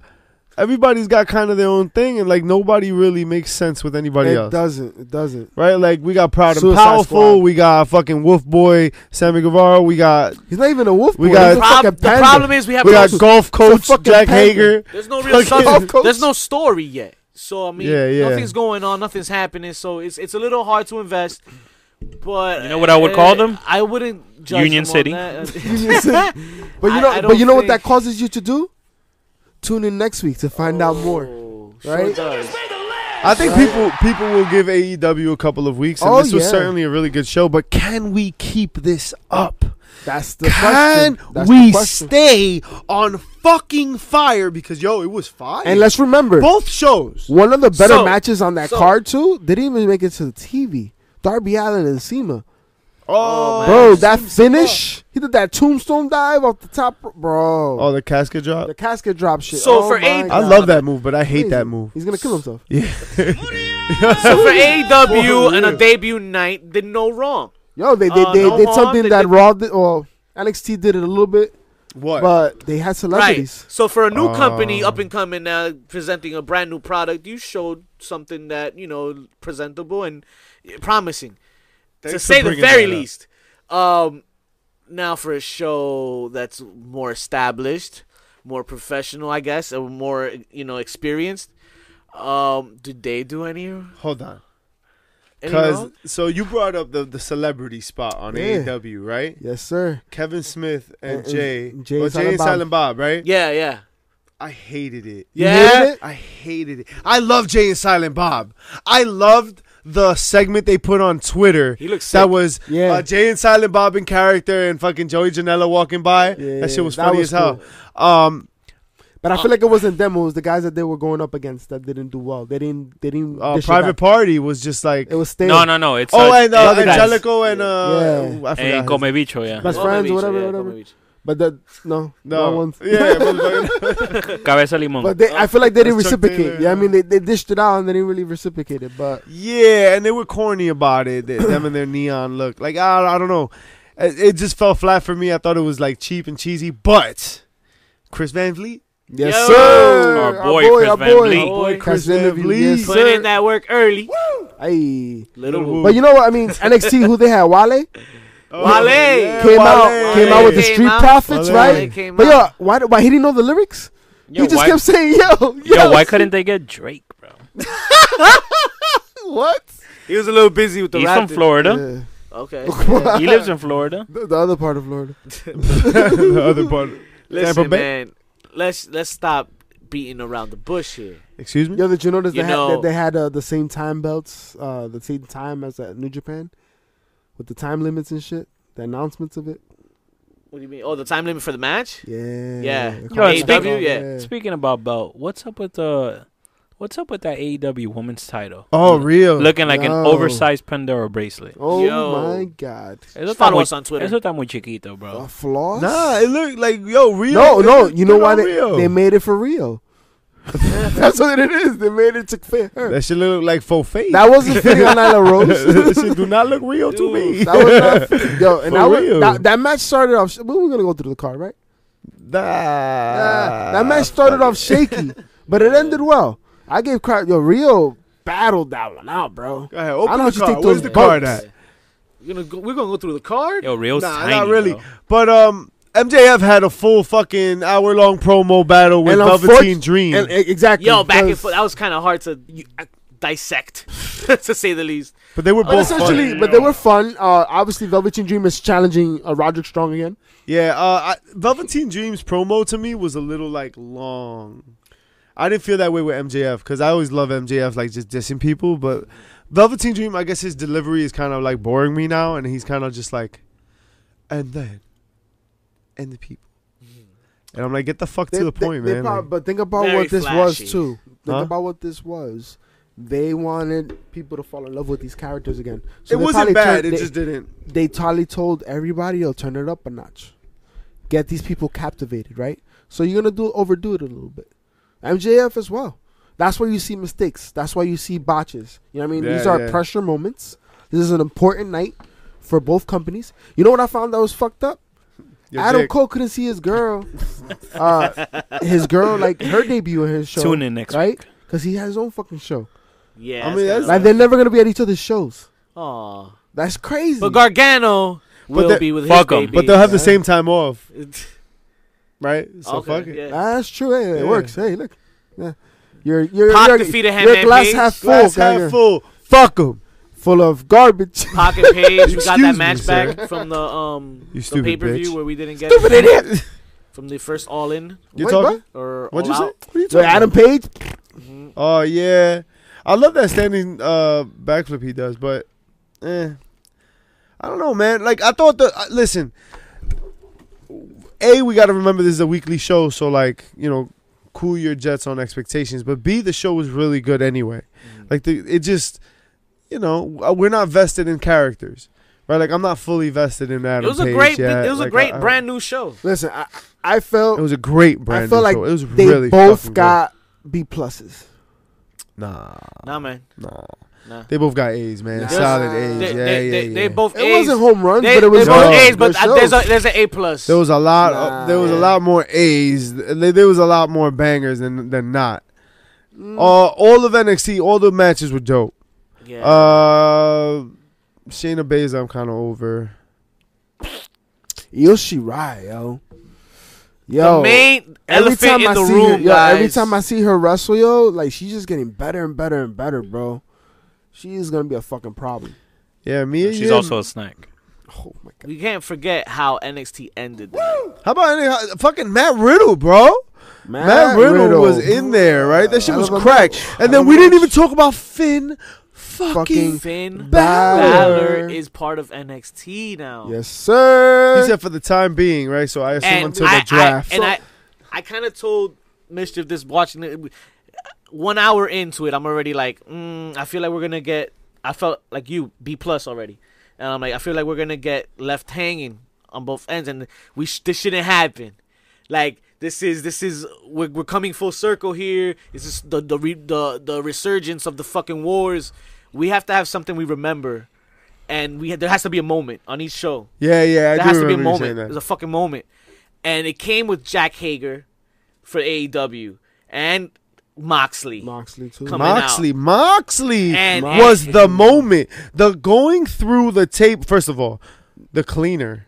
Speaker 4: everybody's got kind of their own thing, and like nobody really makes sense with anybody
Speaker 2: It
Speaker 4: else.
Speaker 2: doesn't. It doesn't.
Speaker 4: Right, like we got proud and
Speaker 2: Suicide
Speaker 4: powerful.
Speaker 2: Squad.
Speaker 4: We got fucking Wolf Boy, Sammy Guevara. We got
Speaker 2: He's not even a wolf.
Speaker 4: We
Speaker 2: boy,
Speaker 4: got-
Speaker 2: he's a
Speaker 1: The prob-
Speaker 2: fucking
Speaker 1: the
Speaker 2: panda.
Speaker 1: problem is we have
Speaker 4: we
Speaker 1: no,
Speaker 4: got golf coach
Speaker 2: fucking
Speaker 4: Jack
Speaker 2: panda.
Speaker 4: Hager.
Speaker 1: there's no real
Speaker 4: fucking-
Speaker 1: substance.
Speaker 2: Coach.
Speaker 1: There's no story yet. So I mean,
Speaker 4: Yeah, yeah.
Speaker 1: nothing's going on, nothing's happening. So it's it's a little hard to invest. But eh,
Speaker 3: You know what I would call them?
Speaker 1: I wouldn't judge
Speaker 3: Union
Speaker 1: them on
Speaker 3: City.
Speaker 1: that.
Speaker 2: Union City. But you
Speaker 1: I-
Speaker 2: know,
Speaker 1: I
Speaker 2: but you
Speaker 1: don't
Speaker 2: know what that
Speaker 1: think-
Speaker 2: causes you to do? Tune in next week to find out more.
Speaker 1: Oh,
Speaker 2: right?
Speaker 1: does.
Speaker 4: I think people people will give AEW a couple of weeks, and
Speaker 2: Oh,
Speaker 4: this was
Speaker 2: yeah.
Speaker 4: certainly a really good show. But can we keep this up?
Speaker 2: That's the
Speaker 4: Can
Speaker 2: question. That's
Speaker 4: we
Speaker 2: the question.
Speaker 4: stay on fucking fire? Because yo, it was fire.
Speaker 2: and let's remember,
Speaker 4: both shows.
Speaker 2: one of the better
Speaker 1: So-
Speaker 2: matches on that
Speaker 1: so-
Speaker 2: card too didn't even make it to the TV. Darby Allen and Cena,
Speaker 1: Oh,
Speaker 2: bro,
Speaker 1: man.
Speaker 2: that finish. He did that tombstone dive off the top, bro.
Speaker 4: Oh, the casket drop.
Speaker 2: the casket drop shit.
Speaker 1: So
Speaker 2: Oh
Speaker 1: for
Speaker 2: my
Speaker 1: eight-
Speaker 4: I
Speaker 2: God.
Speaker 4: love that move, but I hate that
Speaker 2: Crazy.
Speaker 4: move.
Speaker 2: He's gonna kill himself.
Speaker 1: So for
Speaker 4: For
Speaker 1: AEW and a
Speaker 4: real.
Speaker 1: debut night, did no wrong.
Speaker 2: Yo, they they,
Speaker 1: Uh,
Speaker 2: they
Speaker 1: no
Speaker 2: did
Speaker 1: harm,
Speaker 2: something
Speaker 1: they
Speaker 2: that
Speaker 1: did-
Speaker 2: Raw did, or NXT did it a little bit,
Speaker 4: What?
Speaker 2: but they had celebrities.
Speaker 1: Right. So for a new
Speaker 4: Oh.
Speaker 1: company up and coming, uh, presenting a brand new product, you showed something that you know presentable and promising,
Speaker 4: Thanks
Speaker 1: to
Speaker 4: for
Speaker 1: say the
Speaker 4: bringing
Speaker 1: very
Speaker 4: that up.
Speaker 1: least. Um, now for a show that's more established, more professional, I guess, or more you know experienced. Um, did they do any?
Speaker 4: Hold on.
Speaker 1: any
Speaker 4: Because
Speaker 1: wrong?
Speaker 4: so you brought up the, the celebrity spot on
Speaker 2: Yeah.
Speaker 4: AEW, right?
Speaker 2: Yes, sir.
Speaker 4: Kevin Smith and,
Speaker 2: And- and
Speaker 4: Jay,
Speaker 2: Jay
Speaker 4: well,
Speaker 2: and
Speaker 4: Jay and
Speaker 2: Silent Bob.
Speaker 4: Silent Bob, right?
Speaker 1: yeah, yeah,
Speaker 4: I hated it.
Speaker 2: You
Speaker 1: Yeah.
Speaker 2: hated it?
Speaker 4: I hated it. I love Jay and Silent Bob. I loved the segment they put on Twitter.
Speaker 1: He looks
Speaker 4: That
Speaker 1: sick.
Speaker 4: was
Speaker 2: Yeah.
Speaker 4: uh, Jay and Silent Bob in character and fucking Joey Janela walking by.
Speaker 2: Yeah,
Speaker 4: that shit was
Speaker 2: that
Speaker 4: funny
Speaker 2: was
Speaker 4: as hell. Um,
Speaker 2: But I feel like it wasn't them. It was the guys that they were going up against that didn't do well. They didn't. They didn't.
Speaker 4: uh,
Speaker 2: dish it
Speaker 4: Private
Speaker 2: back.
Speaker 4: Party was just like.
Speaker 2: It was stale.
Speaker 3: No, no, no. It's
Speaker 4: oh,
Speaker 3: uh,
Speaker 4: and uh,
Speaker 3: it's-
Speaker 4: Angelico and. Uh,
Speaker 2: Yeah.
Speaker 4: I forgot
Speaker 3: and
Speaker 4: his-
Speaker 3: Comevicho, yeah.
Speaker 2: Best friends,
Speaker 1: Gomez,
Speaker 2: or whatever,
Speaker 1: yeah,
Speaker 2: whatever.
Speaker 1: Gomez.
Speaker 2: But that no, no,
Speaker 4: No.
Speaker 2: ones.
Speaker 4: Yeah, motherfucker.
Speaker 3: Cabeza limón.
Speaker 2: But they, I feel like they didn't
Speaker 4: That's Chuck
Speaker 2: reciprocate.
Speaker 4: Taylor.
Speaker 2: yeah, I mean they, they dished it out and they didn't really reciprocate it. But
Speaker 4: Yeah, and they were corny about it. th- them and their neon look. Like I, I don't know. It, it just fell flat for me. I thought it was like cheap and cheesy. But Chris Van Vliet,
Speaker 2: yes,
Speaker 1: Yo!
Speaker 2: sir.
Speaker 3: Our boy, Chris
Speaker 2: our
Speaker 3: Van
Speaker 2: boy.
Speaker 3: Vliet.
Speaker 2: Our boy,
Speaker 1: Boy,
Speaker 2: Chris
Speaker 4: Chris Van
Speaker 2: Van Vliet.
Speaker 4: Vliet.
Speaker 2: Yes,
Speaker 1: Putting
Speaker 2: sir.
Speaker 1: in that work early.
Speaker 2: Ay.
Speaker 1: Little
Speaker 4: Little
Speaker 1: Woo.
Speaker 2: But you know what? I mean, NXT, who they had, Wale
Speaker 4: Oh,
Speaker 1: Wale!
Speaker 2: came out,
Speaker 1: Wale.
Speaker 2: came out with the
Speaker 1: Came
Speaker 2: Street
Speaker 1: out.
Speaker 2: Profits,
Speaker 4: Wale.
Speaker 2: right?
Speaker 1: Came
Speaker 2: But yo,
Speaker 1: out.
Speaker 2: why, why he didn't know the lyrics?
Speaker 3: Yo,
Speaker 2: he just
Speaker 3: why,
Speaker 2: kept saying, "Yo, yo,
Speaker 3: yo, why couldn't they get Drake, bro?
Speaker 2: what?"
Speaker 1: He was a little busy with the
Speaker 3: He's
Speaker 1: rap.
Speaker 3: from Florida.
Speaker 2: Yeah.
Speaker 1: Okay.
Speaker 3: He lives in Florida.
Speaker 2: The, the other part of Florida.
Speaker 4: the other part. Tampa
Speaker 1: Listen,
Speaker 4: Bay.
Speaker 1: man. Let's let's stop beating around the bush here.
Speaker 4: Excuse me.
Speaker 2: Yo, did you notice
Speaker 1: You
Speaker 2: they,
Speaker 1: know-
Speaker 2: had, that they had uh, the same time belts, uh, the same time as uh, New Japan, with the time limits and shit. The announcements of it.
Speaker 1: What do you mean? Oh, the time limit for the match?
Speaker 2: Yeah.
Speaker 1: Yeah.
Speaker 2: The
Speaker 1: Yo,
Speaker 2: contract
Speaker 3: AEW,
Speaker 2: and all
Speaker 1: yeah.
Speaker 2: that.
Speaker 3: Speaking about belt, what's up with the uh, What's up with that AEW woman's title?
Speaker 4: Oh,
Speaker 3: Look-
Speaker 4: real.
Speaker 3: Looking like an
Speaker 2: no.
Speaker 3: oversized Pandora bracelet.
Speaker 2: Oh
Speaker 1: Yo.
Speaker 2: my god.
Speaker 3: Eso está
Speaker 1: Follow
Speaker 3: muy-
Speaker 1: us on Twitter.
Speaker 3: eso está muy chiquito, bro.
Speaker 2: Uh, flaws?
Speaker 4: Nah, it looked like yo real.
Speaker 2: No,
Speaker 4: It
Speaker 2: no.
Speaker 4: looked
Speaker 2: You know
Speaker 4: good
Speaker 2: why
Speaker 4: on
Speaker 2: they,
Speaker 4: Rio.
Speaker 2: they made it for real? That's what it is. They made it to fit her.
Speaker 4: that shit look like faux face.
Speaker 2: That wasn't fitting on Nyla Rose.
Speaker 4: that shit do not look real to me.
Speaker 2: That was not, yo, and
Speaker 4: For
Speaker 2: that, was,
Speaker 4: real.
Speaker 2: that, that match started off. We were gonna go through the card, right?
Speaker 4: Nah. Ah,
Speaker 2: Yeah, that match started off shaky, but it ended well. I gave crowd yo Rio battled that one out, bro.
Speaker 4: Go ahead, open
Speaker 2: I know
Speaker 4: the
Speaker 2: what you
Speaker 4: card.
Speaker 2: think
Speaker 4: Where's
Speaker 2: those
Speaker 4: the card
Speaker 2: bugs-
Speaker 4: at?
Speaker 1: We're gonna go, we're gonna go through the card.
Speaker 3: Yo, real
Speaker 4: Nah,
Speaker 3: tiny.
Speaker 4: not really.
Speaker 3: bro.
Speaker 4: But um, MJF had a full fucking hour long promo battle with
Speaker 2: And
Speaker 4: Velveteen
Speaker 2: unfortu-
Speaker 4: Dream.
Speaker 2: And, e- exactly.
Speaker 1: Yo, back and
Speaker 2: because-
Speaker 1: forth. That was kind of hard to you, uh, dissect, to say the least.
Speaker 4: but they were
Speaker 2: But
Speaker 4: both
Speaker 2: essentially,
Speaker 4: fun.
Speaker 2: but they were fun. Uh, obviously, Velveteen Dream is challenging uh, Roderick Strong again.
Speaker 4: Yeah, uh, I, Velveteen Dream's promo to me was a little like long. I didn't feel that way with MJF because I always love MJF like just dissing people, but Velveteen Dream, I guess his delivery is kind of like boring me now, and he's kind of just like, and then, and the people, and I'm like, get the fuck to the point,
Speaker 2: they
Speaker 4: man.
Speaker 2: prob-
Speaker 4: Like,
Speaker 2: but think about
Speaker 1: Very
Speaker 2: what this
Speaker 1: flashy.
Speaker 2: was too. Think
Speaker 4: Huh?
Speaker 2: about what this was. They wanted people to fall in love with these characters again. So
Speaker 4: it
Speaker 2: they
Speaker 4: wasn't
Speaker 2: probably
Speaker 4: bad.
Speaker 2: turned-
Speaker 4: it
Speaker 2: they-
Speaker 4: just didn't.
Speaker 2: they totally told everybody, "Yo, turn it up a notch, get these people captivated, right?" So you're gonna do overdo it a little bit. MJF as well. That's why you see mistakes. That's why you see botches. You know what I mean?
Speaker 4: Yeah,
Speaker 2: These are
Speaker 4: yeah.
Speaker 2: pressure moments. This is an important night for both companies. You know what I found that was fucked up?
Speaker 4: Your
Speaker 2: Adam
Speaker 4: dick.
Speaker 2: Cole couldn't see his girl. uh, his girl, like her debut in his show,
Speaker 3: Tune in next
Speaker 2: right? Because he has his own fucking show.
Speaker 1: Yeah.
Speaker 4: I mean, that's-
Speaker 2: Like they're never gonna be at each other's shows.
Speaker 1: oh,
Speaker 2: That's crazy.
Speaker 1: but Gargano will
Speaker 4: they-
Speaker 1: be with
Speaker 3: fuck 'em.
Speaker 1: his baby.
Speaker 4: But they'll have the
Speaker 2: Yeah.
Speaker 4: same time off, right? So fuck it.
Speaker 1: okay, yeah.
Speaker 2: Ah, That's true. Hey, It
Speaker 4: Yeah.
Speaker 2: works. Hey, look. Yeah. You're you're
Speaker 1: Pop
Speaker 2: you're,
Speaker 1: defeated
Speaker 2: you're
Speaker 1: Hangman
Speaker 2: glass
Speaker 1: Page.
Speaker 2: half full,
Speaker 4: Glass
Speaker 2: Geiger.
Speaker 4: half full. Fuck them.
Speaker 2: full of garbage.
Speaker 1: Pocket Page, we got
Speaker 4: Excuse
Speaker 1: that
Speaker 4: me,
Speaker 1: match
Speaker 4: sir.
Speaker 1: back from the um
Speaker 4: You
Speaker 1: the
Speaker 4: stupid
Speaker 1: pay per view
Speaker 4: bitch.
Speaker 1: where we didn't get
Speaker 2: Stupid
Speaker 1: it
Speaker 2: idiot.
Speaker 1: from the first All In
Speaker 4: You
Speaker 2: Wait,
Speaker 4: talking?
Speaker 1: or
Speaker 4: What'd you
Speaker 1: All
Speaker 4: say?
Speaker 1: Out.
Speaker 4: What are you
Speaker 2: So
Speaker 4: talking about?
Speaker 2: Adam Page.
Speaker 1: Mhm.
Speaker 4: Oh yeah, I love that standing uh, backflip he does, but eh, I don't know, man. Like I thought the uh, listen. A, we got to remember this is a weekly show, so like you know, cool your jets on expectations. But B, the show was really good anyway. Like the it just, you know, uh, we're not vested in characters, right? Like I'm not fully vested in Adam.
Speaker 1: It was a
Speaker 4: Page
Speaker 1: great,
Speaker 4: yet.
Speaker 1: it was a
Speaker 4: Like,
Speaker 2: uh,
Speaker 1: great
Speaker 4: I- I-
Speaker 1: brand new show.
Speaker 2: Listen, I I
Speaker 4: It
Speaker 2: felt
Speaker 4: was a great brand.
Speaker 2: I felt
Speaker 4: new
Speaker 2: like
Speaker 4: show. it was
Speaker 2: they
Speaker 4: really fucking
Speaker 2: both
Speaker 4: good.
Speaker 2: got B pluses.
Speaker 4: nah,
Speaker 1: Nah, man.
Speaker 4: nah.
Speaker 1: Nah.
Speaker 4: They both got A's, man.
Speaker 2: Nah.
Speaker 4: Solid A's.
Speaker 1: They,
Speaker 4: yeah,
Speaker 1: they,
Speaker 4: yeah,
Speaker 1: they,
Speaker 4: yeah.
Speaker 1: they both
Speaker 2: It
Speaker 1: A's.
Speaker 2: wasn't home runs,
Speaker 1: They,
Speaker 2: but it was
Speaker 1: they both
Speaker 4: No.
Speaker 1: A's, but
Speaker 2: good
Speaker 1: uh, there's
Speaker 2: shows.
Speaker 1: a there's an A plus.
Speaker 4: There was a lot.
Speaker 2: Nah.
Speaker 4: of, there was a lot more A's. There there was a lot more bangers than than not.
Speaker 2: Mm.
Speaker 4: Uh, all of NXT, all the matches were dope.
Speaker 1: yeah.
Speaker 4: Uh, Shayna Baszler, I'm kind of over.
Speaker 2: Yo, she right, yo. Yo,
Speaker 1: the main
Speaker 2: every
Speaker 1: elephant
Speaker 2: time
Speaker 1: in
Speaker 2: I
Speaker 1: the
Speaker 2: see
Speaker 1: room,
Speaker 2: her, yo,
Speaker 1: guys.
Speaker 2: every time I see her wrestle, yo, like she's just getting better and better and better, bro. She is gonna be a fucking problem.
Speaker 4: Yeah, me and
Speaker 3: She's
Speaker 4: you-
Speaker 3: also a snack.
Speaker 2: Oh my god.
Speaker 1: we can't forget how NXT ended.
Speaker 4: How about any, how, fucking Matt Riddle, bro?
Speaker 2: Matt,
Speaker 4: Matt, Riddle, was in there, right? That shit
Speaker 2: Hell
Speaker 4: was
Speaker 2: of a
Speaker 4: cracked.
Speaker 2: match.
Speaker 4: And
Speaker 2: Hell of
Speaker 4: then
Speaker 2: a
Speaker 4: we didn't
Speaker 2: match.
Speaker 4: even talk about Finn. Fucking.
Speaker 2: Fucking-
Speaker 1: Finn
Speaker 2: Balor.
Speaker 1: Balor is part of NXT now.
Speaker 2: Yes, sir.
Speaker 4: He said for the time being, right? So I assume
Speaker 1: and
Speaker 4: until
Speaker 1: I,
Speaker 4: the draft.
Speaker 1: I, and I, I kind of told Mischief this watching it. One hour into it, I'm already like, mm, I feel like we're gonna get. I felt like you B plus already, and I'm like, I feel like we're gonna get left hanging on both ends, and we sh- this shouldn't happen. Like this is this is we're, we're coming full circle here. This is the the re- the the resurgence of the fucking wars. We have to have something we remember, and we ha- there has to be a moment on each show
Speaker 4: yeah, yeah, I
Speaker 1: there
Speaker 4: do
Speaker 1: has to be a
Speaker 4: remember you saying
Speaker 1: moment.
Speaker 4: that.
Speaker 1: There's a fucking moment. And it came with Jack Hager for AEW and Moxley.
Speaker 2: Moxley too.
Speaker 1: Come- coming out.
Speaker 4: Moxley, Moxley
Speaker 1: And-
Speaker 4: was
Speaker 1: and-
Speaker 4: the moment. The going through the tape. First of all, the cleaner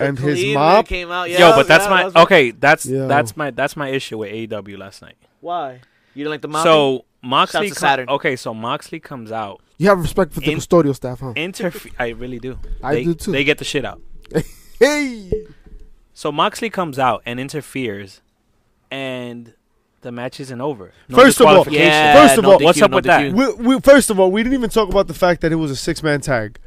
Speaker 4: and
Speaker 1: Khalid
Speaker 4: his mop.
Speaker 1: came out. Yeah,
Speaker 3: Yo, but that's
Speaker 1: yeah,
Speaker 3: my
Speaker 1: that was-
Speaker 3: okay. That's
Speaker 2: Yo.
Speaker 3: that's my that's my issue with AEW last night.
Speaker 1: Why? You didn't like the mop?
Speaker 3: So Moxley,
Speaker 1: to
Speaker 3: co-
Speaker 1: Saturn.
Speaker 3: okay, so Moxley comes out.
Speaker 2: You have respect for the
Speaker 3: In-
Speaker 2: custodial staff, huh?
Speaker 3: Interfe- I really do.
Speaker 2: I
Speaker 3: They-
Speaker 2: do too.
Speaker 3: They get the shit out.
Speaker 2: hey,
Speaker 3: So Moxley comes out and interferes, and the match isn't over. No
Speaker 4: First of all-
Speaker 3: disqualification.
Speaker 1: Yeah,
Speaker 4: First of
Speaker 1: no
Speaker 4: all,
Speaker 1: DQ,
Speaker 3: what's up
Speaker 1: no
Speaker 3: with that?
Speaker 1: DQ.
Speaker 4: We, we, first of all, we didn't even talk about the fact that it was a six man tag.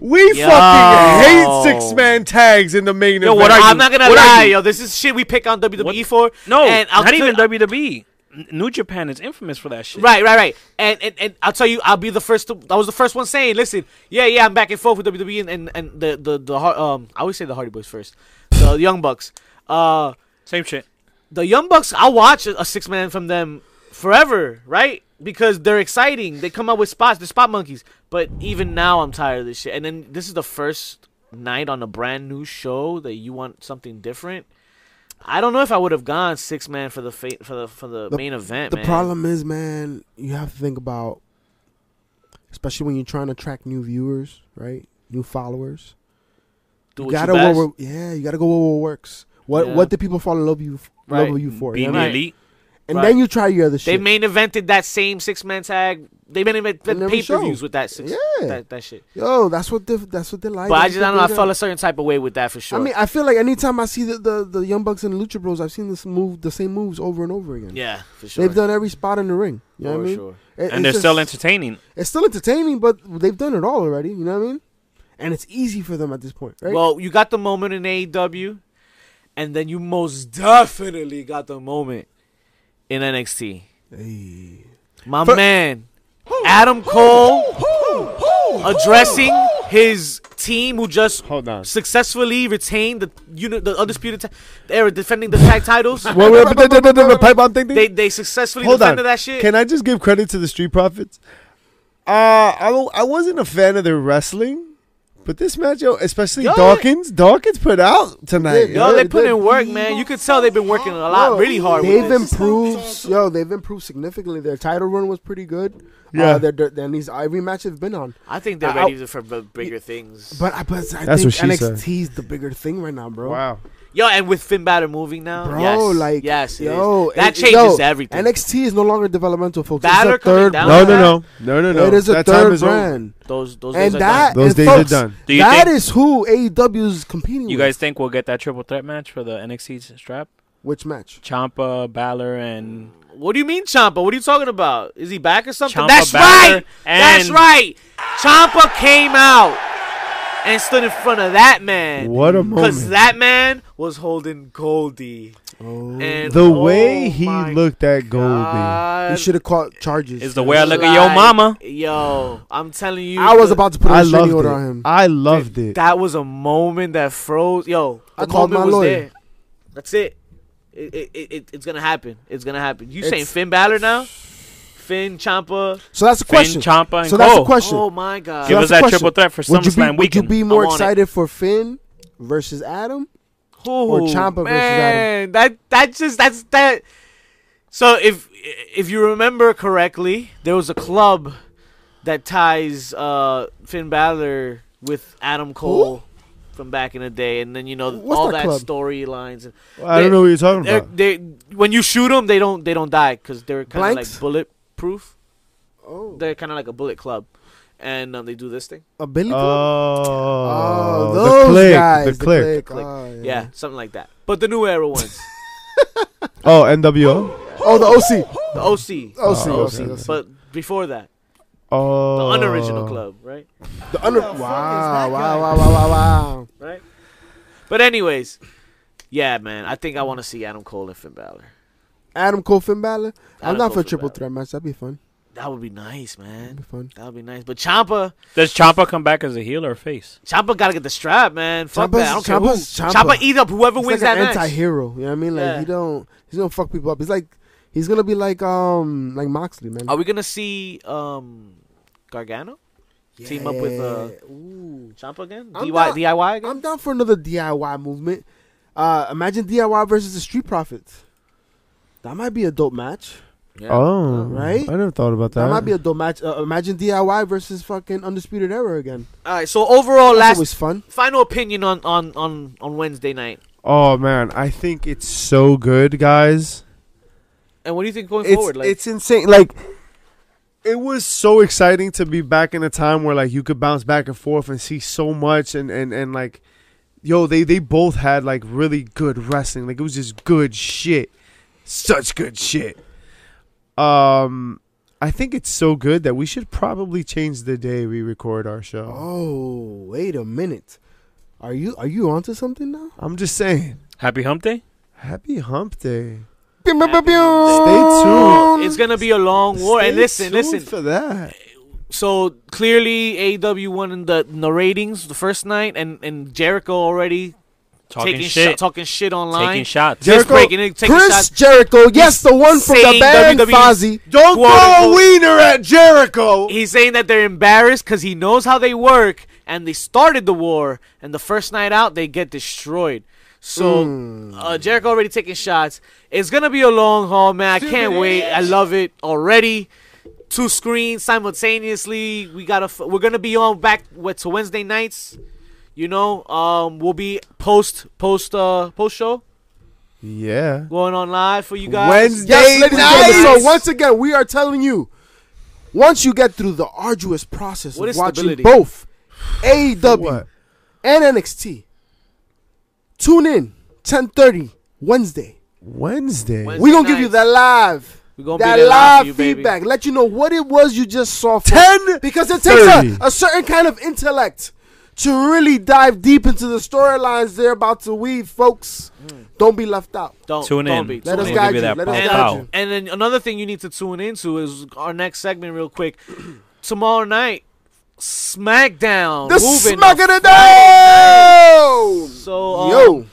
Speaker 4: We
Speaker 1: Yo.
Speaker 4: fucking hate six man tags in the main
Speaker 3: Yo,
Speaker 4: event.
Speaker 3: what are you-
Speaker 1: I'm not gonna
Speaker 3: What are
Speaker 1: lie,
Speaker 3: you?
Speaker 1: yo. This is shit we pick on WWE E for.
Speaker 3: no,
Speaker 1: and I'll
Speaker 3: not
Speaker 1: tell-
Speaker 3: even E. WWE. N- New Japan is infamous for that shit.
Speaker 1: Right, right, right. And, and and I'll tell you, I'll be the first. To, I was the first one saying, "Listen, yeah, yeah, I'm back and forth with WWE and and, and the, the the Har- um. I always say the Hardy Boys first, the Young Bucks. Uh,
Speaker 3: Same shit.
Speaker 1: the Young Bucks. I'll watch a, a six man from them forever, right? Because they're exciting. They come out with spots. They're spot monkeys. But even now, I'm tired of this shit. And then this is the first night on a brand new show that you want something different. I don't know if I would have gone six man for the fa- for the for the,
Speaker 2: The-
Speaker 1: main event.
Speaker 2: The
Speaker 1: man.
Speaker 2: problem is, man, you have to think about, especially when you're trying to attract new viewers, right? New followers.
Speaker 1: Do
Speaker 2: you
Speaker 1: what you
Speaker 2: gotta
Speaker 1: best.
Speaker 2: what- yeah, you gotta go with what works. What
Speaker 1: Yeah.
Speaker 2: what do people fall in love you f-
Speaker 1: Right.
Speaker 2: love with you for? you
Speaker 3: Being
Speaker 2: know?
Speaker 1: Right.
Speaker 3: elite.
Speaker 2: And
Speaker 1: Right.
Speaker 2: then you try your other
Speaker 1: They
Speaker 2: shit.
Speaker 1: main evented that same six man tag. They main
Speaker 2: And
Speaker 1: evented
Speaker 2: every
Speaker 1: pay per views
Speaker 2: show.
Speaker 1: with that six,
Speaker 2: Yeah.
Speaker 1: that, that shit.
Speaker 2: Yo, that's what they, that's what they like.
Speaker 1: But I
Speaker 2: That's
Speaker 1: just
Speaker 2: what
Speaker 1: I don't know. I
Speaker 2: they
Speaker 1: felt
Speaker 2: do.
Speaker 1: a certain type of way with that for sure.
Speaker 2: I mean, I feel like anytime I see the, the, the Young Bucks and Lucha Bros, I've seen this move, the same moves over and over again.
Speaker 1: yeah, for sure.
Speaker 2: They've done every spot in the ring. You know
Speaker 1: for
Speaker 2: what I mean?
Speaker 1: sure.
Speaker 2: It- it's
Speaker 3: And they're still
Speaker 2: just-
Speaker 3: entertaining.
Speaker 2: It's still entertaining, but they've done it all already. You know what I mean? And it's easy for them at this point, right?
Speaker 1: Well, you got the moment in AEW, and then you most definitely got the moment in NXT.
Speaker 2: Hey.
Speaker 1: My man, Adam Cole, addressing his team who just
Speaker 4: Hold on.
Speaker 1: successfully retained the you know the undisputed ta- they were defending the tag titles.
Speaker 4: Well, we're- but- but- but- but- pipe bomb thing. thing?
Speaker 1: They they successfully
Speaker 4: Hold
Speaker 1: defended
Speaker 4: on.
Speaker 1: that shit.
Speaker 4: Can I just give credit to the Street Profits? Uh, I, w- I wasn't a fan of their wrestling, but this match, yo, especially
Speaker 1: Yo,
Speaker 4: Dawkins, Dawkins put out tonight.
Speaker 2: did,
Speaker 4: yo.
Speaker 1: Yo, they
Speaker 2: Yeah,
Speaker 1: put
Speaker 2: they-
Speaker 1: in work, man. You could tell they've been working a lot,
Speaker 2: Yo,
Speaker 1: really hard.
Speaker 2: They've
Speaker 1: With this.
Speaker 2: improved. Yo, they've improved significantly. Their title run was pretty good.
Speaker 4: Yeah.
Speaker 2: uh, their, their, their, these every match they've been on.
Speaker 1: I think they're
Speaker 2: I-
Speaker 4: oh,
Speaker 1: ready for b- bigger things.
Speaker 2: But I, but I
Speaker 4: That's
Speaker 2: think
Speaker 4: what she said.
Speaker 2: NXT's the bigger thing right now, bro.
Speaker 4: Wow.
Speaker 1: yo, and with Finn Balor moving now,
Speaker 2: Bro,
Speaker 1: yes,
Speaker 2: like
Speaker 1: yes, it is.
Speaker 2: yo,
Speaker 1: that
Speaker 2: it-
Speaker 1: changes
Speaker 2: yo,
Speaker 1: everything.
Speaker 2: NXT is no longer developmental, folks.
Speaker 1: Balor
Speaker 2: it's a
Speaker 1: coming
Speaker 2: third
Speaker 1: down
Speaker 4: No,
Speaker 1: to that-
Speaker 4: no, no. No, no, no.
Speaker 2: It is a
Speaker 4: that time
Speaker 2: third
Speaker 4: is over.
Speaker 2: brand.
Speaker 1: those those days
Speaker 2: And
Speaker 1: are
Speaker 2: that
Speaker 1: done.
Speaker 4: Those
Speaker 2: and
Speaker 4: days are
Speaker 2: folks,
Speaker 4: done.
Speaker 3: Do you
Speaker 2: that
Speaker 3: think-
Speaker 2: is who AEW is competing
Speaker 3: You
Speaker 2: with.
Speaker 3: guys think we'll get that triple threat match for the NXT strap?
Speaker 2: Which match?
Speaker 3: Champa, Balor, and
Speaker 1: What do you mean, Champa? What are you talking about? Is he back or something?
Speaker 3: Ciampa,
Speaker 1: That's
Speaker 3: Balor,
Speaker 1: right. That's
Speaker 3: and-
Speaker 1: right. Champa came out and stood in front of that man.
Speaker 4: What a
Speaker 1: Because
Speaker 4: moment.
Speaker 1: that man was holding Goldie. And
Speaker 4: the
Speaker 1: oh
Speaker 4: way he
Speaker 1: my
Speaker 4: looked at Goldie.
Speaker 1: God.
Speaker 2: You should have caught charges.
Speaker 3: is the way I look at
Speaker 1: Like,
Speaker 3: yo mama.
Speaker 1: Yo, I'm telling you.
Speaker 2: I was
Speaker 1: the-
Speaker 2: about to put a
Speaker 4: I
Speaker 2: restraining
Speaker 4: loved
Speaker 2: order
Speaker 4: it.
Speaker 2: on him.
Speaker 4: I loved it.
Speaker 1: That was a moment that froze. Yo,
Speaker 2: I
Speaker 1: the
Speaker 2: called
Speaker 1: moment
Speaker 2: my
Speaker 1: was
Speaker 2: lawyer.
Speaker 1: there. That's it. It, it, it, it- It's gonna happen. It's gonna happen. You saying
Speaker 2: It's-
Speaker 1: Finn Balor now? Finn Champa.
Speaker 2: So that's the
Speaker 3: Finn,
Speaker 2: question.
Speaker 3: Champa, and
Speaker 2: So that's the
Speaker 3: Cole.
Speaker 2: question.
Speaker 1: Oh my god.
Speaker 3: Give
Speaker 2: So that's
Speaker 3: us
Speaker 2: the
Speaker 3: that
Speaker 2: question.
Speaker 3: triple threat for
Speaker 2: would you be,
Speaker 3: SummerSlam
Speaker 2: would you
Speaker 3: weekend.
Speaker 2: be more
Speaker 1: I'm on it.
Speaker 2: excited for Finn versus Adam?
Speaker 1: Ooh,
Speaker 2: Ciampa versus
Speaker 1: man, that that just that's that. So if if you remember correctly, there was a club that ties uh, Finn Balor with Adam Cole from back in the day, and then you know
Speaker 2: What's
Speaker 1: all
Speaker 2: that
Speaker 1: that,
Speaker 2: club?
Speaker 1: storylines. and
Speaker 4: I don't know what you're talking
Speaker 1: they're-
Speaker 4: about.
Speaker 1: They when you shoot them, they don't they don't die because they're kind of
Speaker 2: Blanks?
Speaker 1: like bulletproof.
Speaker 2: Oh,
Speaker 1: They're kind of like a bullet club, and um, they do this thing.
Speaker 2: a Billy
Speaker 4: Oh,
Speaker 2: Club? Oh,
Speaker 4: the
Speaker 2: those
Speaker 4: click,
Speaker 2: guys.
Speaker 4: The click.
Speaker 1: Click.
Speaker 2: Oh,
Speaker 1: Yeah, something like that. But the new era ones,
Speaker 4: Oh, NWO.
Speaker 2: Oh, the OC.
Speaker 1: the OC,
Speaker 2: OC. OC.
Speaker 4: Oh, okay.
Speaker 2: OC.
Speaker 1: but before that.
Speaker 4: Oh,
Speaker 1: the unoriginal club, right?
Speaker 2: The under- wow, wow, wow, wow, wow, wow.
Speaker 1: Right. But anyways, yeah, man, I think I want to see Adam Cole and Finn Balor.
Speaker 2: Adam Cole, Finn Balor. I'm
Speaker 1: Adam
Speaker 2: not
Speaker 1: Cole,
Speaker 2: for a
Speaker 1: Finn
Speaker 2: triple
Speaker 1: Balor.
Speaker 2: threat match. That'd be fun.
Speaker 1: That would be nice,
Speaker 2: That'd
Speaker 1: man.
Speaker 2: be fun.
Speaker 1: That would be nice. But Champa,
Speaker 3: Does Champa come back as a heel or a face?
Speaker 1: Champa gotta get the strap, man. Fuck
Speaker 2: Ciampa's-
Speaker 1: that. I don't care
Speaker 2: Ciampa's
Speaker 1: who.
Speaker 2: Ciampa.
Speaker 1: Champa eat up whoever
Speaker 2: He's
Speaker 1: wins
Speaker 2: like
Speaker 1: that
Speaker 2: an
Speaker 1: match.
Speaker 2: anti-hero. You know what I mean? Like
Speaker 1: Yeah.
Speaker 2: he don't. He's gonna fuck people up. He's like he's gonna be like um like Moxley, man.
Speaker 1: Are we gonna see um Gargano team up with uh
Speaker 2: Yeah. Ooh.
Speaker 1: Champa again?
Speaker 2: I'm
Speaker 1: DIY,
Speaker 2: not-
Speaker 1: DIY again?
Speaker 2: I'm down for another DIY movement. Uh, imagine DIY versus the Street Profits. That might be a dope match,
Speaker 1: Yeah.
Speaker 4: Oh,
Speaker 2: Right?
Speaker 4: I never thought about that.
Speaker 2: that might be a dope match. Uh, imagine DIY versus fucking Undisputed Era again.
Speaker 1: All right. So overall,
Speaker 2: That's
Speaker 1: last
Speaker 2: always fun.
Speaker 1: final opinion on on on on Wednesday night.
Speaker 4: oh man, I think it's so good, guys.
Speaker 1: And what do you think going
Speaker 4: It's
Speaker 1: forward? Like,
Speaker 4: it's insane. Like it was so exciting to be back in a time where like you could bounce back and forth and see so much and and and like yo, they they both had like really good wrestling. Like it was just good shit. Such good shit. Um I think it's so good that we should probably change the day we record our show.
Speaker 2: Oh, wait a minute. Are
Speaker 1: Oh.
Speaker 2: you are you onto something now?
Speaker 4: I'm just saying.
Speaker 3: Happy Hump Day.
Speaker 4: Happy hump day.
Speaker 2: Pew, pew, pew, pew.
Speaker 4: Stay tuned.
Speaker 1: It's gonna be a long war. and
Speaker 4: Stay
Speaker 1: listen,
Speaker 4: tuned
Speaker 1: listen.
Speaker 4: for that.
Speaker 1: so clearly, AW won the the ratings the first night, and and Jericho already
Speaker 3: Talking
Speaker 1: taking
Speaker 3: shit.
Speaker 1: shot- talking shit
Speaker 3: taking
Speaker 1: online.
Speaker 3: shots.
Speaker 1: Fist
Speaker 2: Jericho-
Speaker 1: breaking it, taking
Speaker 2: Chris
Speaker 1: shots.
Speaker 2: Jericho, yes, the one from the
Speaker 1: saying
Speaker 2: Baron
Speaker 4: E
Speaker 1: WWE
Speaker 2: Fozzy.
Speaker 4: Don't
Speaker 1: Quote,
Speaker 4: throw a
Speaker 1: unquote.
Speaker 4: wiener at Jericho.
Speaker 1: He's saying that they're embarrassed because he knows how they work, and they started the war. And the first night out, they get destroyed. So
Speaker 2: Hmm.
Speaker 1: uh, Jericho already taking shots. It's gonna be a long haul, man. I can't wait. I love it already. Two screens simultaneously. We gotta. F- we're gonna be on back what, to Wednesday nights. You know, um, we'll be post post uh post show
Speaker 4: Yeah.
Speaker 1: going on live for you guys.
Speaker 4: Wednesday
Speaker 2: Yes, ladies and gentlemen.
Speaker 4: night.
Speaker 2: So once again, we are telling you, once you get through the arduous process
Speaker 1: What
Speaker 2: of
Speaker 1: is
Speaker 2: watching
Speaker 1: stability?
Speaker 2: both AEW
Speaker 4: What?
Speaker 2: and NXT, tune in 10:30 Wednesday.
Speaker 4: Wednesday.
Speaker 1: Wednesday.
Speaker 2: We're gonna give you
Speaker 1: nights.
Speaker 2: that live.
Speaker 1: We're gonna be
Speaker 2: That
Speaker 1: there live for
Speaker 2: live
Speaker 1: you, baby.
Speaker 2: feedback, let you know what it was you just saw. from-
Speaker 4: Ten
Speaker 2: because it takes a,
Speaker 4: 30.
Speaker 2: a certain kind of intellect to really dive deep into the storylines they're about to weave, folks.
Speaker 1: Mm.
Speaker 2: Don't be left out.
Speaker 1: Don't
Speaker 3: Tune
Speaker 1: don't
Speaker 3: in.
Speaker 1: Be.
Speaker 2: Let
Speaker 1: Tune
Speaker 2: us
Speaker 1: in.
Speaker 3: We'll
Speaker 2: guide
Speaker 3: give you
Speaker 2: you.
Speaker 3: that
Speaker 2: Let us
Speaker 3: power.
Speaker 1: and,
Speaker 2: guide
Speaker 3: Power.
Speaker 2: you.
Speaker 1: and then another thing you need to tune into is our next segment, real quick. Tomorrow night, SmackDown.
Speaker 2: The
Speaker 1: moving
Speaker 2: smack of
Speaker 1: to
Speaker 2: the
Speaker 1: Friday.
Speaker 2: day.
Speaker 1: So, um,
Speaker 2: Yo,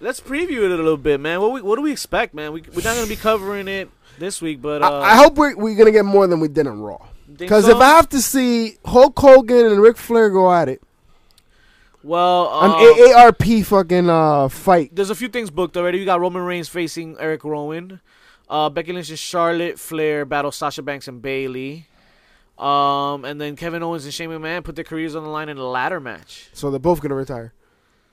Speaker 1: let's preview it a little bit, man. What we, what do we expect, man? We, we're not gonna be covering it this week, but uh,
Speaker 2: I, I hope we're, we're gonna get more than we did in Raw.
Speaker 1: think
Speaker 2: Because
Speaker 1: so?
Speaker 2: if I have to see Hulk Hogan and Ric Flair go at it,
Speaker 1: well,
Speaker 2: an
Speaker 1: um,
Speaker 2: AARP fucking uh, fight.
Speaker 1: there's a few things booked already. We got Roman Reigns facing Eric Rowan, uh, Becky Lynch and Charlotte Flair battle Sasha Banks and Bailey, um, and then Kevin Owens and Shane McMahon put their careers on the line in a ladder match.
Speaker 2: So they're both gonna retire.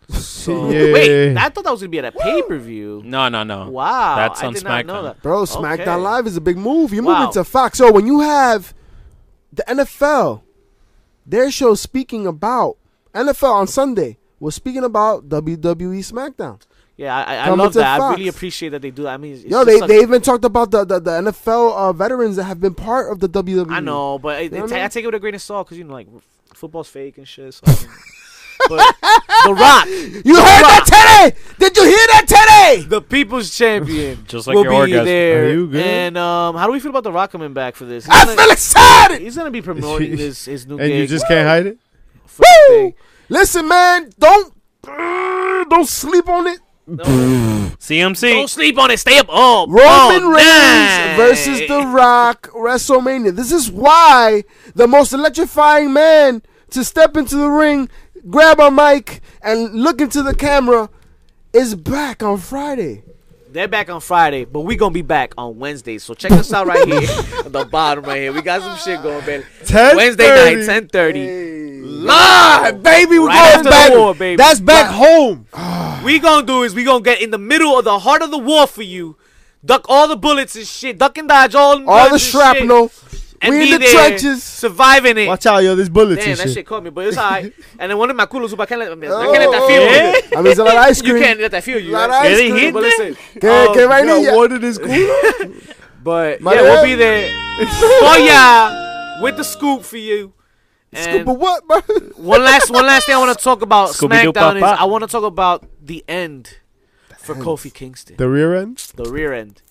Speaker 1: So
Speaker 4: Yeah.
Speaker 1: wait, I thought that was gonna be at a pay per view.
Speaker 3: No, no, no.
Speaker 1: Wow,
Speaker 3: That's
Speaker 1: I
Speaker 3: on
Speaker 1: did Not know
Speaker 3: SmackDown.
Speaker 1: that.
Speaker 2: Bro, SmackDown
Speaker 1: Okay.
Speaker 2: Live is a big move. You're
Speaker 1: Wow.
Speaker 2: moving to Fox. So when you have the NFL, their show speaking about NFL on Sunday was speaking about WWE SmackDown.
Speaker 1: Yeah, I, I- I
Speaker 2: Coming
Speaker 1: love
Speaker 2: to
Speaker 1: that. I
Speaker 2: Fox.
Speaker 1: really appreciate that they do. that. I mean, it's
Speaker 2: Yo,
Speaker 1: just
Speaker 2: they,
Speaker 1: such-
Speaker 2: they even talked about the, the, the NFL uh, veterans that have been part of the E WWE.
Speaker 1: I know, but it,
Speaker 2: You know
Speaker 1: it,
Speaker 2: what I
Speaker 1: I,
Speaker 2: mean?
Speaker 1: take it with a grain of salt because you know, like f- football's fake and shit. So, I mean. but The Rock,
Speaker 2: You heard that today? Did you hear that today?
Speaker 1: the People's Champion,
Speaker 3: Just like
Speaker 1: will
Speaker 3: your
Speaker 1: be
Speaker 3: orgasm.
Speaker 1: there.
Speaker 4: Are you good?
Speaker 1: And um, how do we feel about The Rock coming back for this? He's
Speaker 2: I
Speaker 1: gonna-
Speaker 2: feel excited.
Speaker 1: He's gonna be promoting his his new
Speaker 4: And
Speaker 1: gig.
Speaker 4: you just can't hide it?
Speaker 1: for the
Speaker 2: Woo!
Speaker 1: thing.
Speaker 2: Listen, man, don't uh, don't sleep on it.
Speaker 1: Don't
Speaker 3: CMC.
Speaker 1: sleep on it. Stay up all
Speaker 2: Roman
Speaker 1: all
Speaker 2: Reigns
Speaker 1: night.
Speaker 2: versus The Rock WrestleMania. This is why the most electrifying man to step into the ring, grab a mic, and look into the camera is back on Friday.
Speaker 1: They're back on Friday, but we gonna be back on Wednesday. So check us out right here at the bottom right here. We got some shit going, baby.
Speaker 4: 10:30.
Speaker 1: Wednesday night, ten thirty.
Speaker 4: Live, baby. We're
Speaker 1: Right
Speaker 4: going
Speaker 1: after the
Speaker 4: back.
Speaker 1: war, baby.
Speaker 4: That's back home.
Speaker 1: We gonna do is we gonna get in the middle of the heart of the war for you. Duck all the bullets and shit. Duck and dodge all, them
Speaker 2: All the
Speaker 1: guns and
Speaker 2: shrapnel.
Speaker 1: shit, and
Speaker 2: we
Speaker 1: be
Speaker 2: in the
Speaker 1: there,
Speaker 2: trenches.
Speaker 1: surviving it.
Speaker 4: Watch out, yo. There's bullets
Speaker 1: Damn,
Speaker 4: and
Speaker 1: that
Speaker 4: shit.
Speaker 1: shit caught me, but it's alright. and then one of my coolers, I can't let, I can't let that feel
Speaker 2: Oh,
Speaker 1: you.
Speaker 2: I mean, it's a lot of ice cream.
Speaker 1: You can't let that feel you.
Speaker 2: Lot of
Speaker 1: right?
Speaker 2: ice
Speaker 3: Did he cream. hit
Speaker 1: But
Speaker 3: that?
Speaker 1: listen,
Speaker 2: Get-
Speaker 4: oh,
Speaker 1: um,
Speaker 2: get right in,
Speaker 4: Got
Speaker 2: yeah.
Speaker 4: water this cooler?
Speaker 1: But
Speaker 2: My
Speaker 1: yeah, we'll
Speaker 2: bad.
Speaker 1: be there
Speaker 4: Oh,
Speaker 1: for ya with the scoop for you.
Speaker 2: Scoop
Speaker 1: And
Speaker 2: of what, bro?
Speaker 1: one last one last thing I want to talk about
Speaker 3: Scooby-Doo
Speaker 1: SmackDown is
Speaker 3: Pop-Pop.
Speaker 1: I want to talk about the end for Kofi Kingston,
Speaker 4: The rear end?
Speaker 1: the rear end.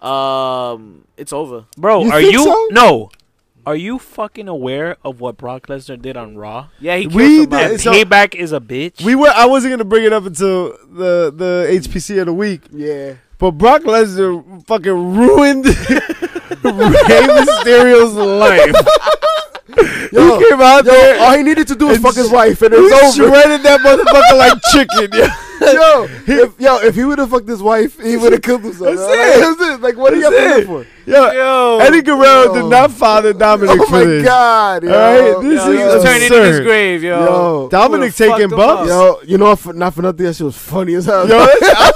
Speaker 1: Um, it's over.
Speaker 3: Bro,
Speaker 2: You
Speaker 3: are
Speaker 2: think
Speaker 3: you
Speaker 2: so?
Speaker 3: no? Are you fucking aware of what Brock Lesnar did on Raw?
Speaker 1: Yeah, he killed
Speaker 4: We
Speaker 1: somebody.
Speaker 4: did-
Speaker 3: And
Speaker 4: so-
Speaker 3: payback is a bitch.
Speaker 4: We were. I wasn't gonna bring it up until the the HPC of the week,
Speaker 2: yeah.
Speaker 4: but Brock Lesnar fucking ruined Rey Mysterio's life.
Speaker 2: Yo,
Speaker 4: he came out
Speaker 2: yo,
Speaker 4: there.
Speaker 2: all he needed to do was
Speaker 4: And
Speaker 2: fuck his
Speaker 4: sh-
Speaker 2: wife, and
Speaker 4: he
Speaker 2: it's over.
Speaker 4: shredded that motherfucker like chicken. Yo.
Speaker 2: yo, if, yo, if he would have fucked his wife, he would have killed himself.
Speaker 4: That's
Speaker 2: Like,
Speaker 4: it.
Speaker 2: That's it. Like, what are you
Speaker 4: That's
Speaker 2: up
Speaker 4: it.
Speaker 2: for?
Speaker 4: Yo,
Speaker 1: Yo,
Speaker 4: Eddie Guerrero
Speaker 2: Yo.
Speaker 4: did not father Dominic
Speaker 2: Oh
Speaker 4: for
Speaker 2: my
Speaker 4: this.
Speaker 2: god, yo.
Speaker 4: Alright, this
Speaker 1: yo,
Speaker 4: is
Speaker 1: he was turning into his
Speaker 4: absurd.
Speaker 1: grave, yo.
Speaker 2: Yo.
Speaker 4: Dominic
Speaker 1: Would've
Speaker 4: taking
Speaker 1: fucked him
Speaker 4: bumps. Yo,
Speaker 2: Yo, you know, for, not for nothing, that shit was funny as hell.
Speaker 4: I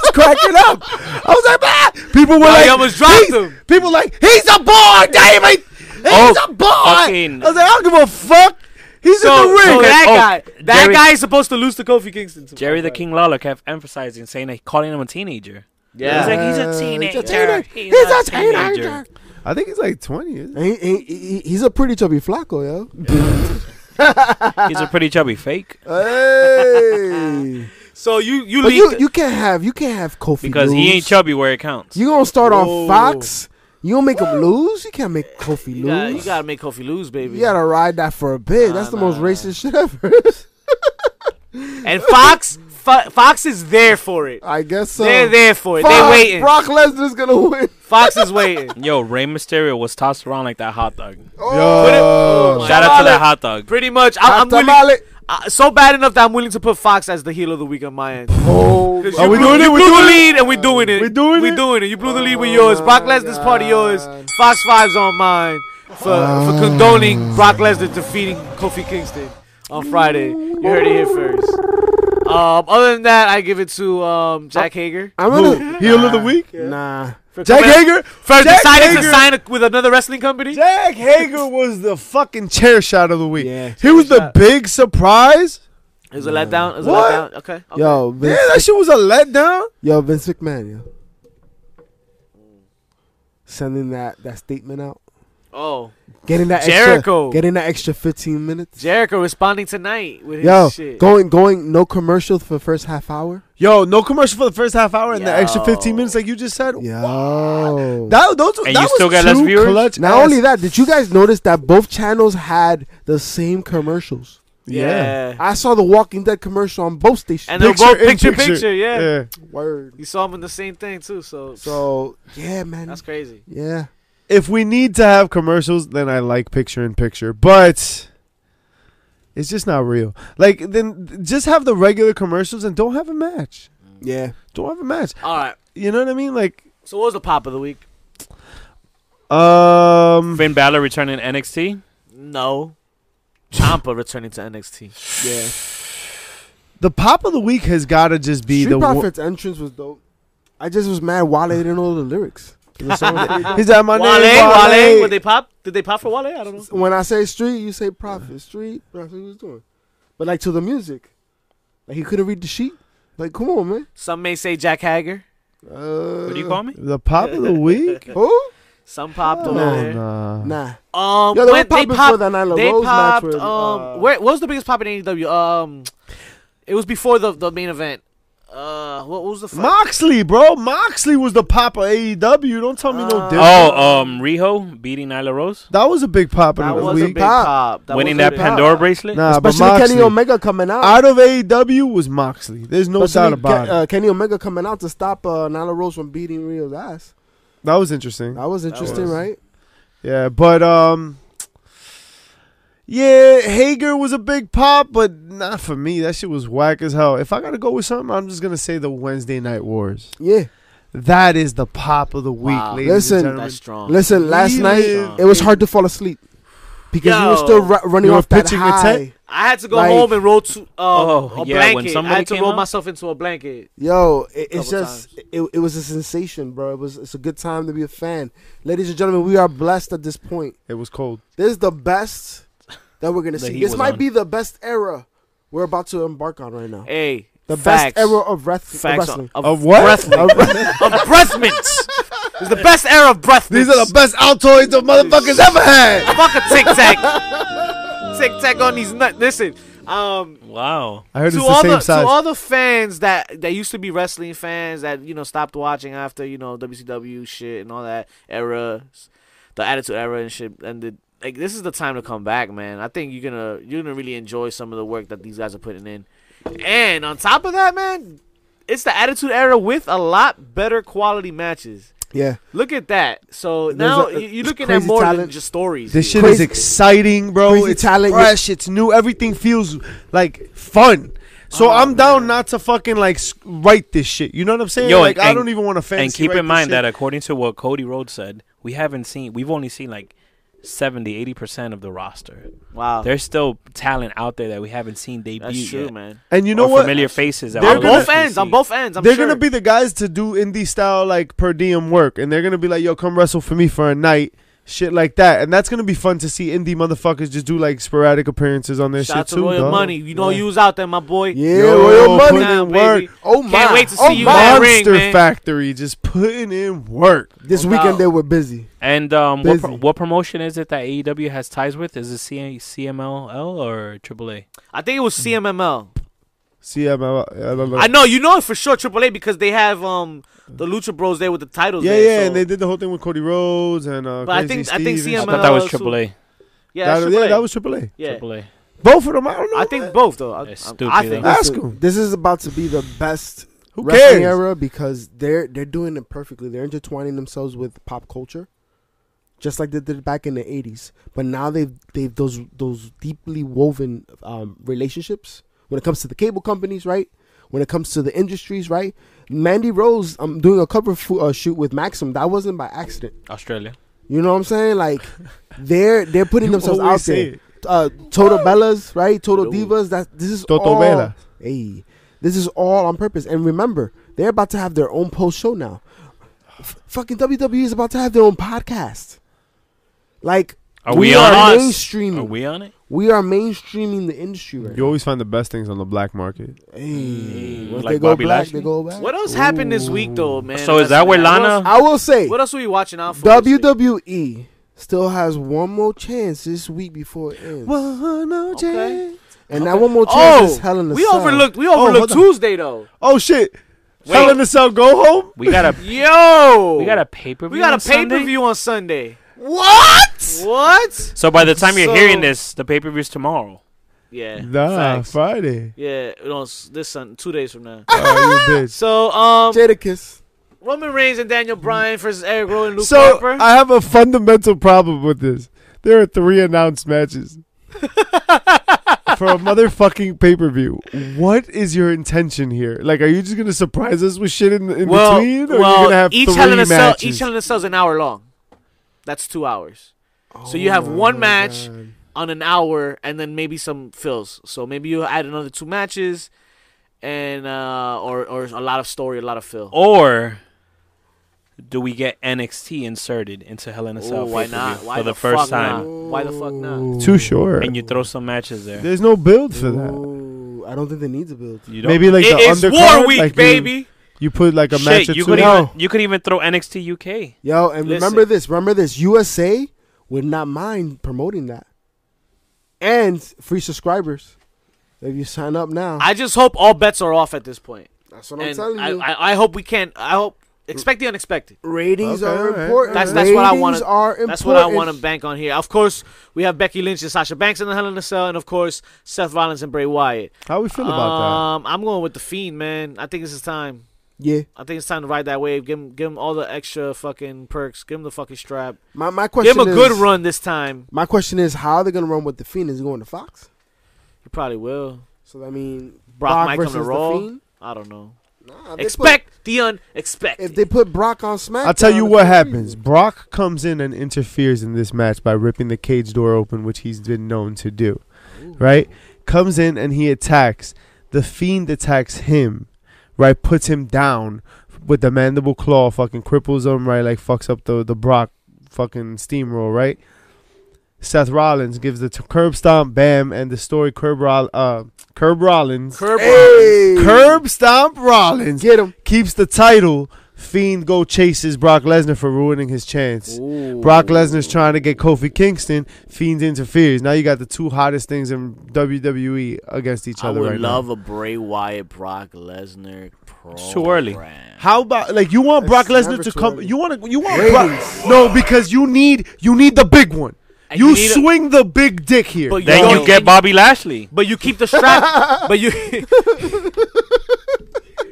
Speaker 4: was cracking up. I was like, ah! people were
Speaker 1: Yo,
Speaker 4: like,
Speaker 1: Oh, he almost dropped
Speaker 4: "He's-
Speaker 1: him."
Speaker 4: People like, he's a boy, David. He's
Speaker 3: Oh,
Speaker 4: a boy.
Speaker 3: fucking-
Speaker 4: I was like, I don't give a fuck. He's
Speaker 1: so,
Speaker 4: in the ring.
Speaker 1: so that
Speaker 3: Oh,
Speaker 1: guy, that
Speaker 3: Jerry-
Speaker 1: guy is supposed to lose to Kofi Kingston. tomorrow.
Speaker 3: Jerry the King Lawler kept emphasizing, saying that calling him a teenager.
Speaker 1: Yeah.
Speaker 3: He's like, he's
Speaker 2: Uh,
Speaker 3: a teenager.
Speaker 2: he's a teenager.
Speaker 3: He's,
Speaker 2: He's a teenager.
Speaker 4: I think he's like 20, isn't
Speaker 2: And He, he, he, he's a pretty chubby Flacco, yo.
Speaker 3: He's a pretty chubby fake.
Speaker 2: Hey.
Speaker 1: So you you
Speaker 2: But you
Speaker 1: leaked
Speaker 2: you can't have you can't have Kofi
Speaker 3: because
Speaker 2: lose.
Speaker 3: he ain't chubby where it counts.
Speaker 2: You gonna start
Speaker 1: Whoa.
Speaker 2: on Fox? You gonna make him lose? You can't make Kofi
Speaker 1: You gotta, you
Speaker 2: lose.
Speaker 1: gotta make Kofi lose, baby.
Speaker 2: You gotta ride that for a bit.
Speaker 1: Nah,
Speaker 2: That's the
Speaker 1: nah,
Speaker 2: most
Speaker 1: nah.
Speaker 2: racist shit ever.
Speaker 1: And Fox, Fo- Fox is there for it.
Speaker 2: I guess so.
Speaker 1: They're there for it. They're
Speaker 2: Fuck,
Speaker 1: waiting.
Speaker 2: Brock Lesnar's gonna win.
Speaker 1: Fox is waiting.
Speaker 3: Yo, Rey Mysterio was tossed around like that hot dog.
Speaker 1: oh
Speaker 4: Yo.
Speaker 1: my-
Speaker 3: Shout out to
Speaker 1: Tamale.
Speaker 3: that hot dog.
Speaker 1: Pretty much, I,
Speaker 2: Hot
Speaker 1: I'm willing,
Speaker 2: tamale.
Speaker 1: I, so bad enough that I'm willing to put Fox as the heel of the week on my end.
Speaker 2: Oh,
Speaker 1: 'Cause
Speaker 4: Are
Speaker 1: you
Speaker 4: we
Speaker 1: blew-
Speaker 4: doing it?
Speaker 1: You
Speaker 4: We
Speaker 1: blew the
Speaker 4: doing it?
Speaker 1: lead, and we doing it.
Speaker 4: We doing
Speaker 1: we
Speaker 4: it?
Speaker 1: doing it. You blew the lead with
Speaker 2: Oh
Speaker 1: yours. Brock
Speaker 2: my
Speaker 1: Lesnar's part of yours.
Speaker 2: God.
Speaker 1: Fox Five's on mine for
Speaker 4: Oh.
Speaker 1: for condoning Brock Lesnar defeating Kofi Kingston on Friday. You heard it here first. Um, other than that, I give it to um, Jack Hager
Speaker 2: I'm
Speaker 4: Who?
Speaker 2: gonna
Speaker 4: Heel of the week?
Speaker 2: nah.
Speaker 1: for
Speaker 4: Uh, Jack
Speaker 1: coming-
Speaker 4: Hager?
Speaker 1: for
Speaker 4: Jack
Speaker 1: deciding to
Speaker 4: Hager.
Speaker 1: sign a- with another wrestling company.
Speaker 4: Jack Hager was the fucking chair shot of the week.
Speaker 2: Yeah.
Speaker 4: He was the
Speaker 1: shot.
Speaker 4: big surprise.
Speaker 1: It was a letdown. It was
Speaker 4: What?
Speaker 1: a letdown. Okay. okay.
Speaker 2: Yo, Vince,
Speaker 4: Yeah, that shit was a letdown.
Speaker 2: yo, Vince McMahon, yo. Sending that that statement out,
Speaker 1: Oh,
Speaker 2: getting that
Speaker 1: Jericho.
Speaker 2: extra, getting that extra 15 minutes.
Speaker 1: Jericho responding tonight with his
Speaker 2: Yo,
Speaker 1: shit.
Speaker 2: going going no commercial for the first half hour.
Speaker 4: Yo, no commercial for the first half hour and the extra
Speaker 1: Yo.
Speaker 4: 15 minutes, like you just said.
Speaker 2: Yo,
Speaker 4: That, those,
Speaker 3: And
Speaker 4: that
Speaker 3: you
Speaker 4: was
Speaker 3: still got
Speaker 4: two
Speaker 3: less viewers?
Speaker 4: Clutch
Speaker 2: not only that, did you guys notice that both channels had the same commercials?
Speaker 1: yeah.
Speaker 2: I saw the Walking Dead commercial on both stations.
Speaker 1: And they're both picture, picture, yeah.
Speaker 4: yeah.
Speaker 2: Word.
Speaker 1: You saw him in the same thing too, so
Speaker 2: So yeah, man.
Speaker 1: that's crazy.
Speaker 2: yeah.
Speaker 4: If we need to have commercials, then I like picture in picture, but it's just not real. Like, then just have the regular commercials and don't have a match.
Speaker 2: Yeah.
Speaker 4: Don't have a match.
Speaker 1: All right.
Speaker 4: You know what I mean? Like,
Speaker 1: So what was the pop of the week?
Speaker 4: um,
Speaker 3: Finn Balor returning NXT.
Speaker 1: No. Champa returning to NXT.
Speaker 2: Yeah.
Speaker 4: the pop of the week has got to just be
Speaker 2: Street
Speaker 4: the one.
Speaker 2: Profits entrance was dope. I just was mad Wale didn't know the lyrics. to the song that they did.
Speaker 4: Is that my
Speaker 1: Wale,
Speaker 4: name?
Speaker 1: Wale, Would they pop? Did they pop for Wale? I don't know.
Speaker 2: when I say street, you say profit. Street, that's what he was doing. But like to the music, like he couldn't read the sheet. Like, come on, man.
Speaker 1: Some may say Jack Hager.
Speaker 2: Uh,
Speaker 3: What do you call me?
Speaker 4: The pop of the week?
Speaker 2: Who?
Speaker 1: Some popped
Speaker 2: Oh,
Speaker 1: over there.
Speaker 4: nah.
Speaker 2: Nah.
Speaker 1: Um,
Speaker 2: Yo, they were
Speaker 1: when-
Speaker 2: popping
Speaker 1: they
Speaker 2: before
Speaker 1: popped.
Speaker 2: that Nyla
Speaker 1: they
Speaker 2: Rose
Speaker 1: popped.
Speaker 2: match. With,
Speaker 1: um,
Speaker 2: uh,
Speaker 1: where what was the biggest pop in AEW? Um, it was before the the main event. Uh, what, what was the fuck?
Speaker 4: Moxley, bro. Moxley was the pop of AEW. Don't tell me no
Speaker 1: Uh,
Speaker 4: different.
Speaker 3: Oh, um, Riho beating Nyla Rose,
Speaker 4: That was a big pop of
Speaker 1: that
Speaker 4: the
Speaker 1: was a
Speaker 4: week.
Speaker 1: big pop. That
Speaker 3: winning
Speaker 1: was a
Speaker 3: that
Speaker 1: big
Speaker 3: Pandora
Speaker 1: pop.
Speaker 3: bracelet.
Speaker 4: Nah, but
Speaker 2: especially
Speaker 4: Moxley.
Speaker 2: Kenny Omega coming
Speaker 1: Oh.
Speaker 2: out.
Speaker 4: out of AEW was Moxley. There's no
Speaker 2: Especially
Speaker 4: doubt about
Speaker 2: Ke-
Speaker 4: it.
Speaker 2: uh, Kenny Omega coming out to stop uh, Nyla Rose from beating Rio's ass.
Speaker 4: That was interesting.
Speaker 1: uh,
Speaker 2: That was interesting,
Speaker 1: was-
Speaker 2: right?
Speaker 4: Yeah, but um, yeah, Hager was a big pop, but not for me. That shit was whack as hell. If I gotta go with something, I'm just gonna say the Wednesday Night Wars.
Speaker 2: Yeah.
Speaker 4: That is the pop of the week,
Speaker 1: Wow.
Speaker 4: ladies
Speaker 2: Listen,
Speaker 4: and gentlemen.
Speaker 1: That's strong.
Speaker 2: Listen, last
Speaker 4: We
Speaker 2: night
Speaker 4: live
Speaker 2: it was
Speaker 4: in-
Speaker 2: hard to fall asleep because you were
Speaker 1: Yo.
Speaker 2: still ru- running
Speaker 4: You were
Speaker 2: off that
Speaker 4: pitching a
Speaker 2: high.
Speaker 4: tent?
Speaker 1: I had to go
Speaker 2: Like-
Speaker 1: home and roll to um,
Speaker 3: Oh,
Speaker 1: a
Speaker 3: yeah, when
Speaker 1: blanket. I
Speaker 3: somebody
Speaker 1: had to
Speaker 3: came
Speaker 1: roll
Speaker 3: out?
Speaker 1: myself into a blanket.
Speaker 2: Yo, it,
Speaker 1: Couple
Speaker 2: it's just it, it was a sensation, bro. It was it's a good time to be a fan, ladies and gentlemen. We are blessed at this point.
Speaker 4: It was cold.
Speaker 2: This is the best that we're gonna
Speaker 3: The
Speaker 2: see.
Speaker 3: heat
Speaker 2: This
Speaker 3: was
Speaker 2: might
Speaker 3: on.
Speaker 2: be the best era we're about to embark on right now.
Speaker 1: Hey,
Speaker 2: The
Speaker 1: facts,
Speaker 2: best era of, reth- of
Speaker 1: facts
Speaker 2: wrestling.
Speaker 1: of,
Speaker 4: Of what?
Speaker 1: breathmint. of breathmints. It's the best era of breathmints.
Speaker 4: These are the best Altoids the motherfuckers ever had.
Speaker 1: fuck a tic tac. tic tac on these nuts. Listen, um,
Speaker 3: Wow.
Speaker 4: I heard
Speaker 1: to
Speaker 4: it's
Speaker 1: all
Speaker 4: the same
Speaker 1: the
Speaker 4: size.
Speaker 1: to all the fans that that used to be wrestling fans that you know stopped watching after you know WCW shit and all that era, the Attitude Era and shit ended. Like this is the time to come back, man. I think you're gonna you're gonna really enjoy some of the work that these guys are putting in. And on top of that, man, it's the Attitude Era with a lot better quality matches.
Speaker 2: Yeah,
Speaker 1: Look at that. So
Speaker 2: There's
Speaker 1: now
Speaker 2: a-
Speaker 1: you- you're
Speaker 2: it's
Speaker 1: looking at
Speaker 2: crazy
Speaker 1: more than
Speaker 2: talent.
Speaker 1: just stories.
Speaker 4: This
Speaker 1: here.
Speaker 4: shit is
Speaker 2: Crazy-
Speaker 4: exciting, bro.
Speaker 2: crazy
Speaker 4: it's
Speaker 2: talent.
Speaker 4: fresh. It's new. Everything feels like fun. So I'm down not to fucking like s- write this shit. You know what I'm saying?
Speaker 3: Yo,
Speaker 4: like
Speaker 3: and-
Speaker 4: I don't even want to fancy.
Speaker 3: and keep
Speaker 4: write
Speaker 3: in
Speaker 4: this
Speaker 3: mind
Speaker 4: shit.
Speaker 3: that according to what Cody Rhodes said, we haven't seen, we've only seen like 70, 80% of the roster.
Speaker 1: wow.
Speaker 3: There's still talent out there that we haven't seen debut
Speaker 1: That's true,
Speaker 3: yet.
Speaker 1: man.
Speaker 4: and you know
Speaker 3: or
Speaker 4: what?
Speaker 3: Familiar faces. that
Speaker 4: They're
Speaker 1: on
Speaker 3: we
Speaker 4: gonna-
Speaker 3: haven't
Speaker 1: both ends. On
Speaker 3: seen.
Speaker 1: both ends. I'm
Speaker 4: they're
Speaker 1: sure.
Speaker 4: gonna be the guys to do indie style like per diem work, and they're gonna be like, "Yo, come wrestle for me for a night." Shit like that, and that's gonna be fun to see indie motherfuckers just do like sporadic appearances on their
Speaker 1: Shout out
Speaker 4: shit
Speaker 1: to
Speaker 4: too.
Speaker 1: Royal
Speaker 4: dog.
Speaker 1: Money. You know
Speaker 2: Yeah.
Speaker 1: you was out there, my boy.
Speaker 2: yeah,
Speaker 4: Yo,
Speaker 2: Royal
Speaker 4: put
Speaker 2: Money.
Speaker 4: in
Speaker 1: Nah,
Speaker 4: work.
Speaker 1: baby.
Speaker 2: Oh my!
Speaker 1: Can't wait to
Speaker 2: oh
Speaker 1: see you
Speaker 2: my.
Speaker 1: in that
Speaker 4: Monster
Speaker 1: ring, man.
Speaker 4: Factory just putting in work.
Speaker 2: This
Speaker 1: No
Speaker 2: weekend
Speaker 1: doubt.
Speaker 2: they were busy.
Speaker 3: And um, what, pro-
Speaker 2: Busy.
Speaker 3: what promotion is it that AEW has ties with? Is it C- CMLL or AAA?
Speaker 1: I think it was CMML.
Speaker 4: CML. I don't know.
Speaker 1: I know you know it for sure Triple A because they have um the Lucha Bros there with the titles.
Speaker 4: yeah,
Speaker 1: there,
Speaker 4: yeah,
Speaker 1: so-
Speaker 4: and they did the whole thing with Cody Rhodes and uh,
Speaker 1: But I
Speaker 4: Crazy
Speaker 1: think- I think
Speaker 3: I
Speaker 4: Steve and
Speaker 1: CMLL
Speaker 3: thought that was
Speaker 1: Su-
Speaker 3: triple A.
Speaker 1: yeah,
Speaker 4: that,
Speaker 1: Triple
Speaker 4: yeah,
Speaker 1: A.
Speaker 4: that was Triple A.
Speaker 1: yeah.
Speaker 3: Triple A.
Speaker 4: Both of them. I don't know.
Speaker 1: I think both though. I,
Speaker 3: Yeah,
Speaker 1: I, I
Speaker 3: stupid, eh?
Speaker 1: think
Speaker 4: huh?
Speaker 1: I,
Speaker 4: Ask
Speaker 2: Listen,
Speaker 4: him.
Speaker 2: This is about to be the best
Speaker 4: Who
Speaker 2: wrestling
Speaker 4: cares?
Speaker 2: era because they're they're doing it perfectly. They're intertwining themselves with pop culture, just like they did back in the '80s. But now they've they've those those deeply woven um, relationships when it comes to the cable companies, right? When it comes to the industries, right? Mandy Rose, I'm doing a cover fo- uh, shoot with Maxim. That wasn't by accident.
Speaker 3: Australia.
Speaker 2: You know what I'm saying? Like they're they're putting
Speaker 4: You
Speaker 2: themselves out
Speaker 4: always say
Speaker 2: there.
Speaker 4: it.
Speaker 2: Uh, Total Bellas, right? Total
Speaker 1: Ooh.
Speaker 2: Divas. That this is
Speaker 4: Toto
Speaker 2: all,
Speaker 4: Bella.
Speaker 2: Hey, this is all on purpose. And remember, they're about to have their own post show now. F- fucking WWE is about to have their own podcast. Like
Speaker 3: Are we, on
Speaker 2: are
Speaker 3: us?
Speaker 2: mainstreaming.
Speaker 3: Are
Speaker 2: we-,
Speaker 3: we on it?
Speaker 2: are mainstreaming the industry right
Speaker 4: You
Speaker 2: now.
Speaker 4: always find the best things on the black market.
Speaker 2: Hey, once
Speaker 3: Mm, Like
Speaker 2: they go
Speaker 3: Bobby
Speaker 2: black,
Speaker 3: Lashley?
Speaker 2: they go back.
Speaker 1: what else happened this week though, man?
Speaker 3: So is that where
Speaker 1: What
Speaker 3: Lana-
Speaker 1: else-
Speaker 2: I will say
Speaker 1: What else were you watching out for? this week?
Speaker 2: WWE still has one more chance this week before it ends.
Speaker 4: One more
Speaker 1: chance.
Speaker 2: And that one more chance is Hell in
Speaker 1: Oh,
Speaker 2: the
Speaker 1: we
Speaker 2: Cell.
Speaker 1: overlooked. We
Speaker 4: hold
Speaker 1: overlooked
Speaker 4: on.
Speaker 1: Tuesday though.
Speaker 4: Oh shit!
Speaker 3: Wait.
Speaker 4: Hell in the cell. Go home.
Speaker 3: We got a
Speaker 1: Yo,
Speaker 3: we got a pay per view.
Speaker 1: we got
Speaker 3: on
Speaker 1: a pay per
Speaker 3: Sunday?
Speaker 1: view on Sunday.
Speaker 4: What?
Speaker 1: What?
Speaker 3: So by the time you're
Speaker 1: So-
Speaker 3: hearing this, the pay per view's tomorrow.
Speaker 1: Yeah.
Speaker 4: Nah,
Speaker 1: facts.
Speaker 4: Friday.
Speaker 1: Yeah, no, s- this Sun, two days from now.
Speaker 4: Oh, you bitch.
Speaker 1: So, um,
Speaker 2: Jadakiss.
Speaker 1: Roman Reigns and Daniel Bryan versus Eric Rowan and Luke
Speaker 4: So
Speaker 1: Harper.
Speaker 4: I have a fundamental problem with this. There are three announced matches for a motherfucking pay per view. What is your intention here? Like, are you just gonna surprise us with shit in, in
Speaker 1: well,
Speaker 4: between, or
Speaker 1: well,
Speaker 4: are you gonna have
Speaker 1: each
Speaker 4: three
Speaker 1: Hell in a Cell,
Speaker 4: matches?
Speaker 1: each Hell in a Cell is an hour long. That's two hours So you have
Speaker 2: my
Speaker 4: Oh,
Speaker 1: one match.
Speaker 2: God.
Speaker 1: on an hour, and then maybe some fills. So maybe you add another two matches, and uh, or or a lot of story, a lot of
Speaker 3: Oh,
Speaker 1: fill.
Speaker 3: Or do we get NXT inserted into Hell in a Cell
Speaker 1: Ooh, why
Speaker 3: pay-per-view
Speaker 1: not? Why
Speaker 3: for
Speaker 1: the,
Speaker 3: the, first
Speaker 1: fuck
Speaker 3: time?
Speaker 1: Not? Why the fuck not?
Speaker 2: Ooh.
Speaker 4: Too short.
Speaker 3: And you throw some matches there.
Speaker 4: There's no build for that.
Speaker 2: Ooh, I don't think they need to build.
Speaker 3: You don't,
Speaker 4: Maybe like
Speaker 1: It
Speaker 4: the
Speaker 1: is
Speaker 4: undercard,
Speaker 1: War Week,
Speaker 4: like you-
Speaker 1: baby.
Speaker 4: You, put like a match
Speaker 3: Shit,
Speaker 4: or
Speaker 3: you
Speaker 4: two.
Speaker 3: could
Speaker 4: No.
Speaker 3: even you could even throw NXT UK.
Speaker 2: Yo, and
Speaker 1: Listen.
Speaker 2: remember this. Remember this. USA would not mind promoting that. And free subscribers. If you sign up now.
Speaker 1: I just hope all bets are off at this point.
Speaker 2: that's what I'm
Speaker 1: And
Speaker 2: telling
Speaker 1: I,
Speaker 2: you.
Speaker 1: I, I hope we can't. I hope expect the unexpected.
Speaker 2: Ratings
Speaker 4: Okay,
Speaker 2: are
Speaker 4: alright,
Speaker 2: important.
Speaker 1: That's-
Speaker 2: That's,
Speaker 1: that's what I wanna-
Speaker 2: Are important.
Speaker 1: That's what I want to bank on here. Of course, we have Becky Lynch and Sasha Banks in the Hell in a Cell, and of course Seth Rollins and Bray Wyatt.
Speaker 4: How we feel about
Speaker 1: um, I'm going with the Fiend, man. I think this is time.
Speaker 2: Yeah.
Speaker 1: I think it's time to ride that wave. Give him, give him all the extra fucking perks. Give him the fucking strap.
Speaker 2: My, my question
Speaker 1: give him a
Speaker 2: is,
Speaker 1: good run this time.
Speaker 2: My question is, how are they going to run with The Fiend? Is he going to Fox?
Speaker 1: He probably will.
Speaker 2: So, I mean,
Speaker 1: Brock, might come
Speaker 2: versus
Speaker 1: to
Speaker 2: The
Speaker 1: Raw.
Speaker 2: Fiend?
Speaker 1: I don't know.
Speaker 2: Nah, they put-
Speaker 1: Expect the unexpected.
Speaker 2: if they put Brock on
Speaker 4: that?
Speaker 2: SmackDown.
Speaker 4: I'll tell you
Speaker 2: it's
Speaker 4: what
Speaker 2: crazy.
Speaker 4: happens. Brock comes in and interferes in this match by ripping the cage door open, which he's been known to do. Right? Comes in and he attacks. The fiend attacks him, right? Puts him down with the mandible claw, fucking cripples him, right? Like fucks up the, the Brock fucking steamroll, right? Seth Rollins gives the t- curb stomp, bam, and the story curb, Roll- uh, curb Rollins.
Speaker 1: Curb
Speaker 2: Hey!
Speaker 4: Curb stomp Rollins
Speaker 2: Get him.
Speaker 4: keeps the title. Fiend go chases Brock Lesnar for ruining his chance.
Speaker 1: Rollins.
Speaker 4: Brock Lesnar's trying to get Kofi Kingston. Fiend interferes. Now you got the two hottest things in WWE against each
Speaker 1: I
Speaker 4: other
Speaker 1: would
Speaker 4: right
Speaker 1: love
Speaker 4: now.
Speaker 1: a Bray Wyatt Brock Lesnar
Speaker 3: It's too early.
Speaker 1: program.
Speaker 4: How about like you want Brock
Speaker 2: It's
Speaker 4: Lesnar
Speaker 2: never
Speaker 4: to
Speaker 2: too
Speaker 4: come?
Speaker 2: early.
Speaker 4: You want to? You want
Speaker 2: Ratings.
Speaker 4: Brock? No, because you need you need the big one.
Speaker 1: And
Speaker 4: You,
Speaker 1: need a-
Speaker 4: swing the big dick here.
Speaker 1: But
Speaker 3: Then
Speaker 1: Yo,
Speaker 3: you get
Speaker 1: and-
Speaker 3: Bobby Lashley.
Speaker 1: e- but you keep the strap. but you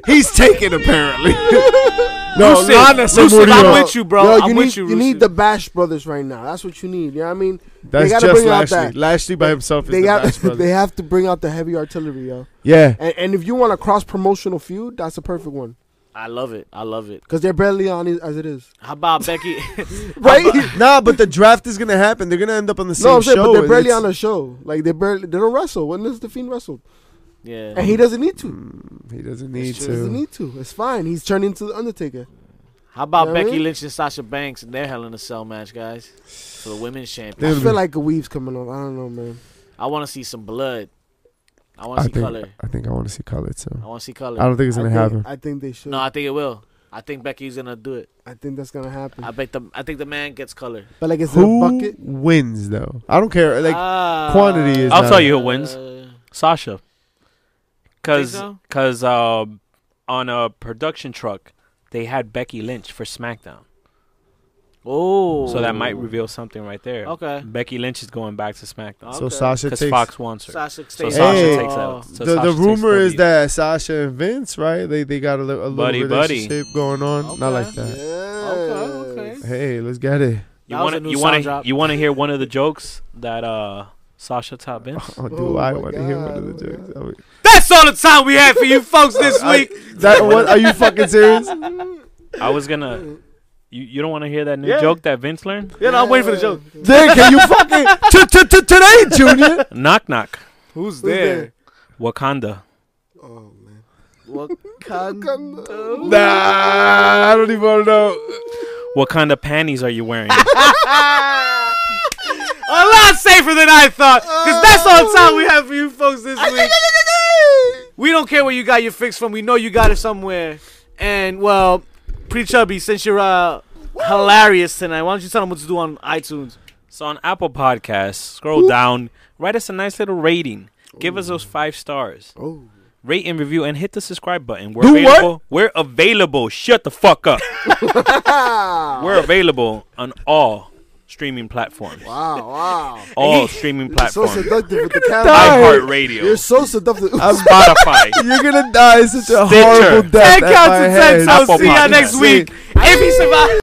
Speaker 4: He's taken apparently. no,
Speaker 1: Lucid,
Speaker 4: Lana
Speaker 1: Lucid,
Speaker 4: Samudio.
Speaker 1: I'm with you, bro.
Speaker 2: Yo, you
Speaker 1: I'm
Speaker 2: need,
Speaker 1: with you.
Speaker 2: you need
Speaker 1: Rusev.
Speaker 2: the Bash Brothers right now. That's what you need. You know what I mean?
Speaker 4: That's
Speaker 2: gotta
Speaker 4: just
Speaker 2: bring out
Speaker 4: Lashley.
Speaker 2: that.
Speaker 4: Lashley by himself is
Speaker 2: They
Speaker 4: the
Speaker 2: got.
Speaker 4: best brother.
Speaker 2: they have to bring out the heavy artillery, yo.
Speaker 4: yeah.
Speaker 2: And, and if you want a cross promotional feud, that's a perfect one
Speaker 1: I love it. I love it.
Speaker 2: because they're barely on it as it is.
Speaker 1: How about Becky?
Speaker 4: Right? nah, but the draft is gonna happen. They're gonna end up on the same
Speaker 2: no, I'm
Speaker 4: show.
Speaker 2: saying, but they're barely
Speaker 4: It's-
Speaker 2: on a show. Like they barely they don't wrestle. When does the Fiend wrestle? And
Speaker 1: yeah.
Speaker 2: he doesn't need to.
Speaker 4: Hmm, He doesn't need
Speaker 2: He doesn't
Speaker 4: to.
Speaker 2: need to. It's fine. He's turned into the Undertaker.
Speaker 1: How about
Speaker 2: Yeah,
Speaker 1: Becky
Speaker 2: really?
Speaker 1: Lynch and Sasha Banks in their Hell in a Cell match, guys, for the women's champion?
Speaker 2: I
Speaker 4: It'll
Speaker 2: feel
Speaker 4: be-
Speaker 2: like a weave's coming up. I don't know, man.
Speaker 1: I want to see some blood. I want
Speaker 4: I
Speaker 1: to see
Speaker 4: think.
Speaker 1: color.
Speaker 4: I think I want to see color too.
Speaker 1: I want to see color.
Speaker 4: I don't think it's gonna
Speaker 2: I
Speaker 4: happen.
Speaker 2: think, I think they should.
Speaker 1: no, I think it will. I think Becky's gonna do it.
Speaker 2: I think that's gonna happen.
Speaker 1: I bet the. I think the man gets color.
Speaker 2: but like it's in a
Speaker 4: Who
Speaker 2: bucket.
Speaker 4: wins though? I don't care. Like
Speaker 1: Ah,
Speaker 4: quantity is
Speaker 3: I'll
Speaker 4: not-
Speaker 3: tell you who wins.
Speaker 1: Uh,
Speaker 3: Sasha. because
Speaker 1: so?
Speaker 3: because um, on a production truck they had Becky Lynch for SmackDown,
Speaker 1: Oh,
Speaker 3: so that might reveal something right there.
Speaker 1: Okay.
Speaker 3: Becky Lynch is going back to SmackDown
Speaker 4: So
Speaker 1: Okay.
Speaker 4: Sasha
Speaker 3: because
Speaker 4: takes.
Speaker 3: Fox wants her.
Speaker 1: Sasha takes Oh.
Speaker 3: So
Speaker 1: out.
Speaker 3: Sasha
Speaker 4: Hey.
Speaker 3: takes out. So
Speaker 4: the
Speaker 3: Sasha
Speaker 4: the
Speaker 3: takes
Speaker 4: rumor
Speaker 3: the
Speaker 4: is
Speaker 3: lead.
Speaker 4: that Sasha and Vince, right? They they got a, li- a little
Speaker 3: Buddy, buddy.
Speaker 4: relationship going on. Not
Speaker 1: Okay.
Speaker 4: like that.
Speaker 1: Okay, okay.
Speaker 4: Hey, let's get it.
Speaker 1: That
Speaker 3: you
Speaker 1: was
Speaker 3: want
Speaker 1: a new
Speaker 3: to you
Speaker 1: sound
Speaker 3: want to
Speaker 1: drop.
Speaker 3: you want to hear one of the jokes that uh Sasha taught Vince.
Speaker 4: Oh, do
Speaker 2: Oh
Speaker 4: I
Speaker 2: my
Speaker 4: want to hear one of
Speaker 2: God,
Speaker 4: the
Speaker 2: oh my
Speaker 4: jokes? I mean-
Speaker 1: That's all the time we had for you folks this
Speaker 4: I-
Speaker 1: week.
Speaker 4: that one? Are you fucking serious?
Speaker 3: I was gonna. You, you don't want to hear that new
Speaker 1: Yeah.
Speaker 3: joke that Vince learned?
Speaker 1: You know, I'm waiting for the joke.
Speaker 4: Then can you fucking t- t- t- today, Junior?
Speaker 3: Knock knock.
Speaker 1: Who's
Speaker 2: there?
Speaker 3: Wakanda.
Speaker 2: Oh man.
Speaker 1: Wakanda.
Speaker 4: Nah, I don't even want to know.
Speaker 3: What kind of panties are you wearing?
Speaker 1: A lot safer than I thought. Because that's all the time we have for you folks this week. We don't care where you got your fix from. We know you got it somewhere. And, well, Pretty Chubby, since you're uh, hilarious tonight, why don't you tell them what to do on iTunes?
Speaker 3: so on Apple Podcasts, scroll down, write us a nice little rating. Give us those five stars.
Speaker 2: Oh.
Speaker 3: Rate and review and hit the subscribe button. We're
Speaker 4: Do what?
Speaker 3: available. We're available. Shut the fuck up. We're available on all streaming platforms.
Speaker 2: Wow, wow.
Speaker 3: All streaming
Speaker 2: So
Speaker 3: platforms.
Speaker 2: seductive with the
Speaker 4: die.
Speaker 2: camera. You're
Speaker 3: iHeartRadio,
Speaker 2: so seductive.
Speaker 3: Spotify,
Speaker 4: You're gonna die such a
Speaker 3: Stitcher.
Speaker 4: horrible death.
Speaker 1: Ten
Speaker 4: at
Speaker 1: counts
Speaker 4: my
Speaker 1: to ten.
Speaker 4: hands.
Speaker 1: So
Speaker 3: Apple
Speaker 1: see you
Speaker 3: Podcast.
Speaker 1: next week. If you survive.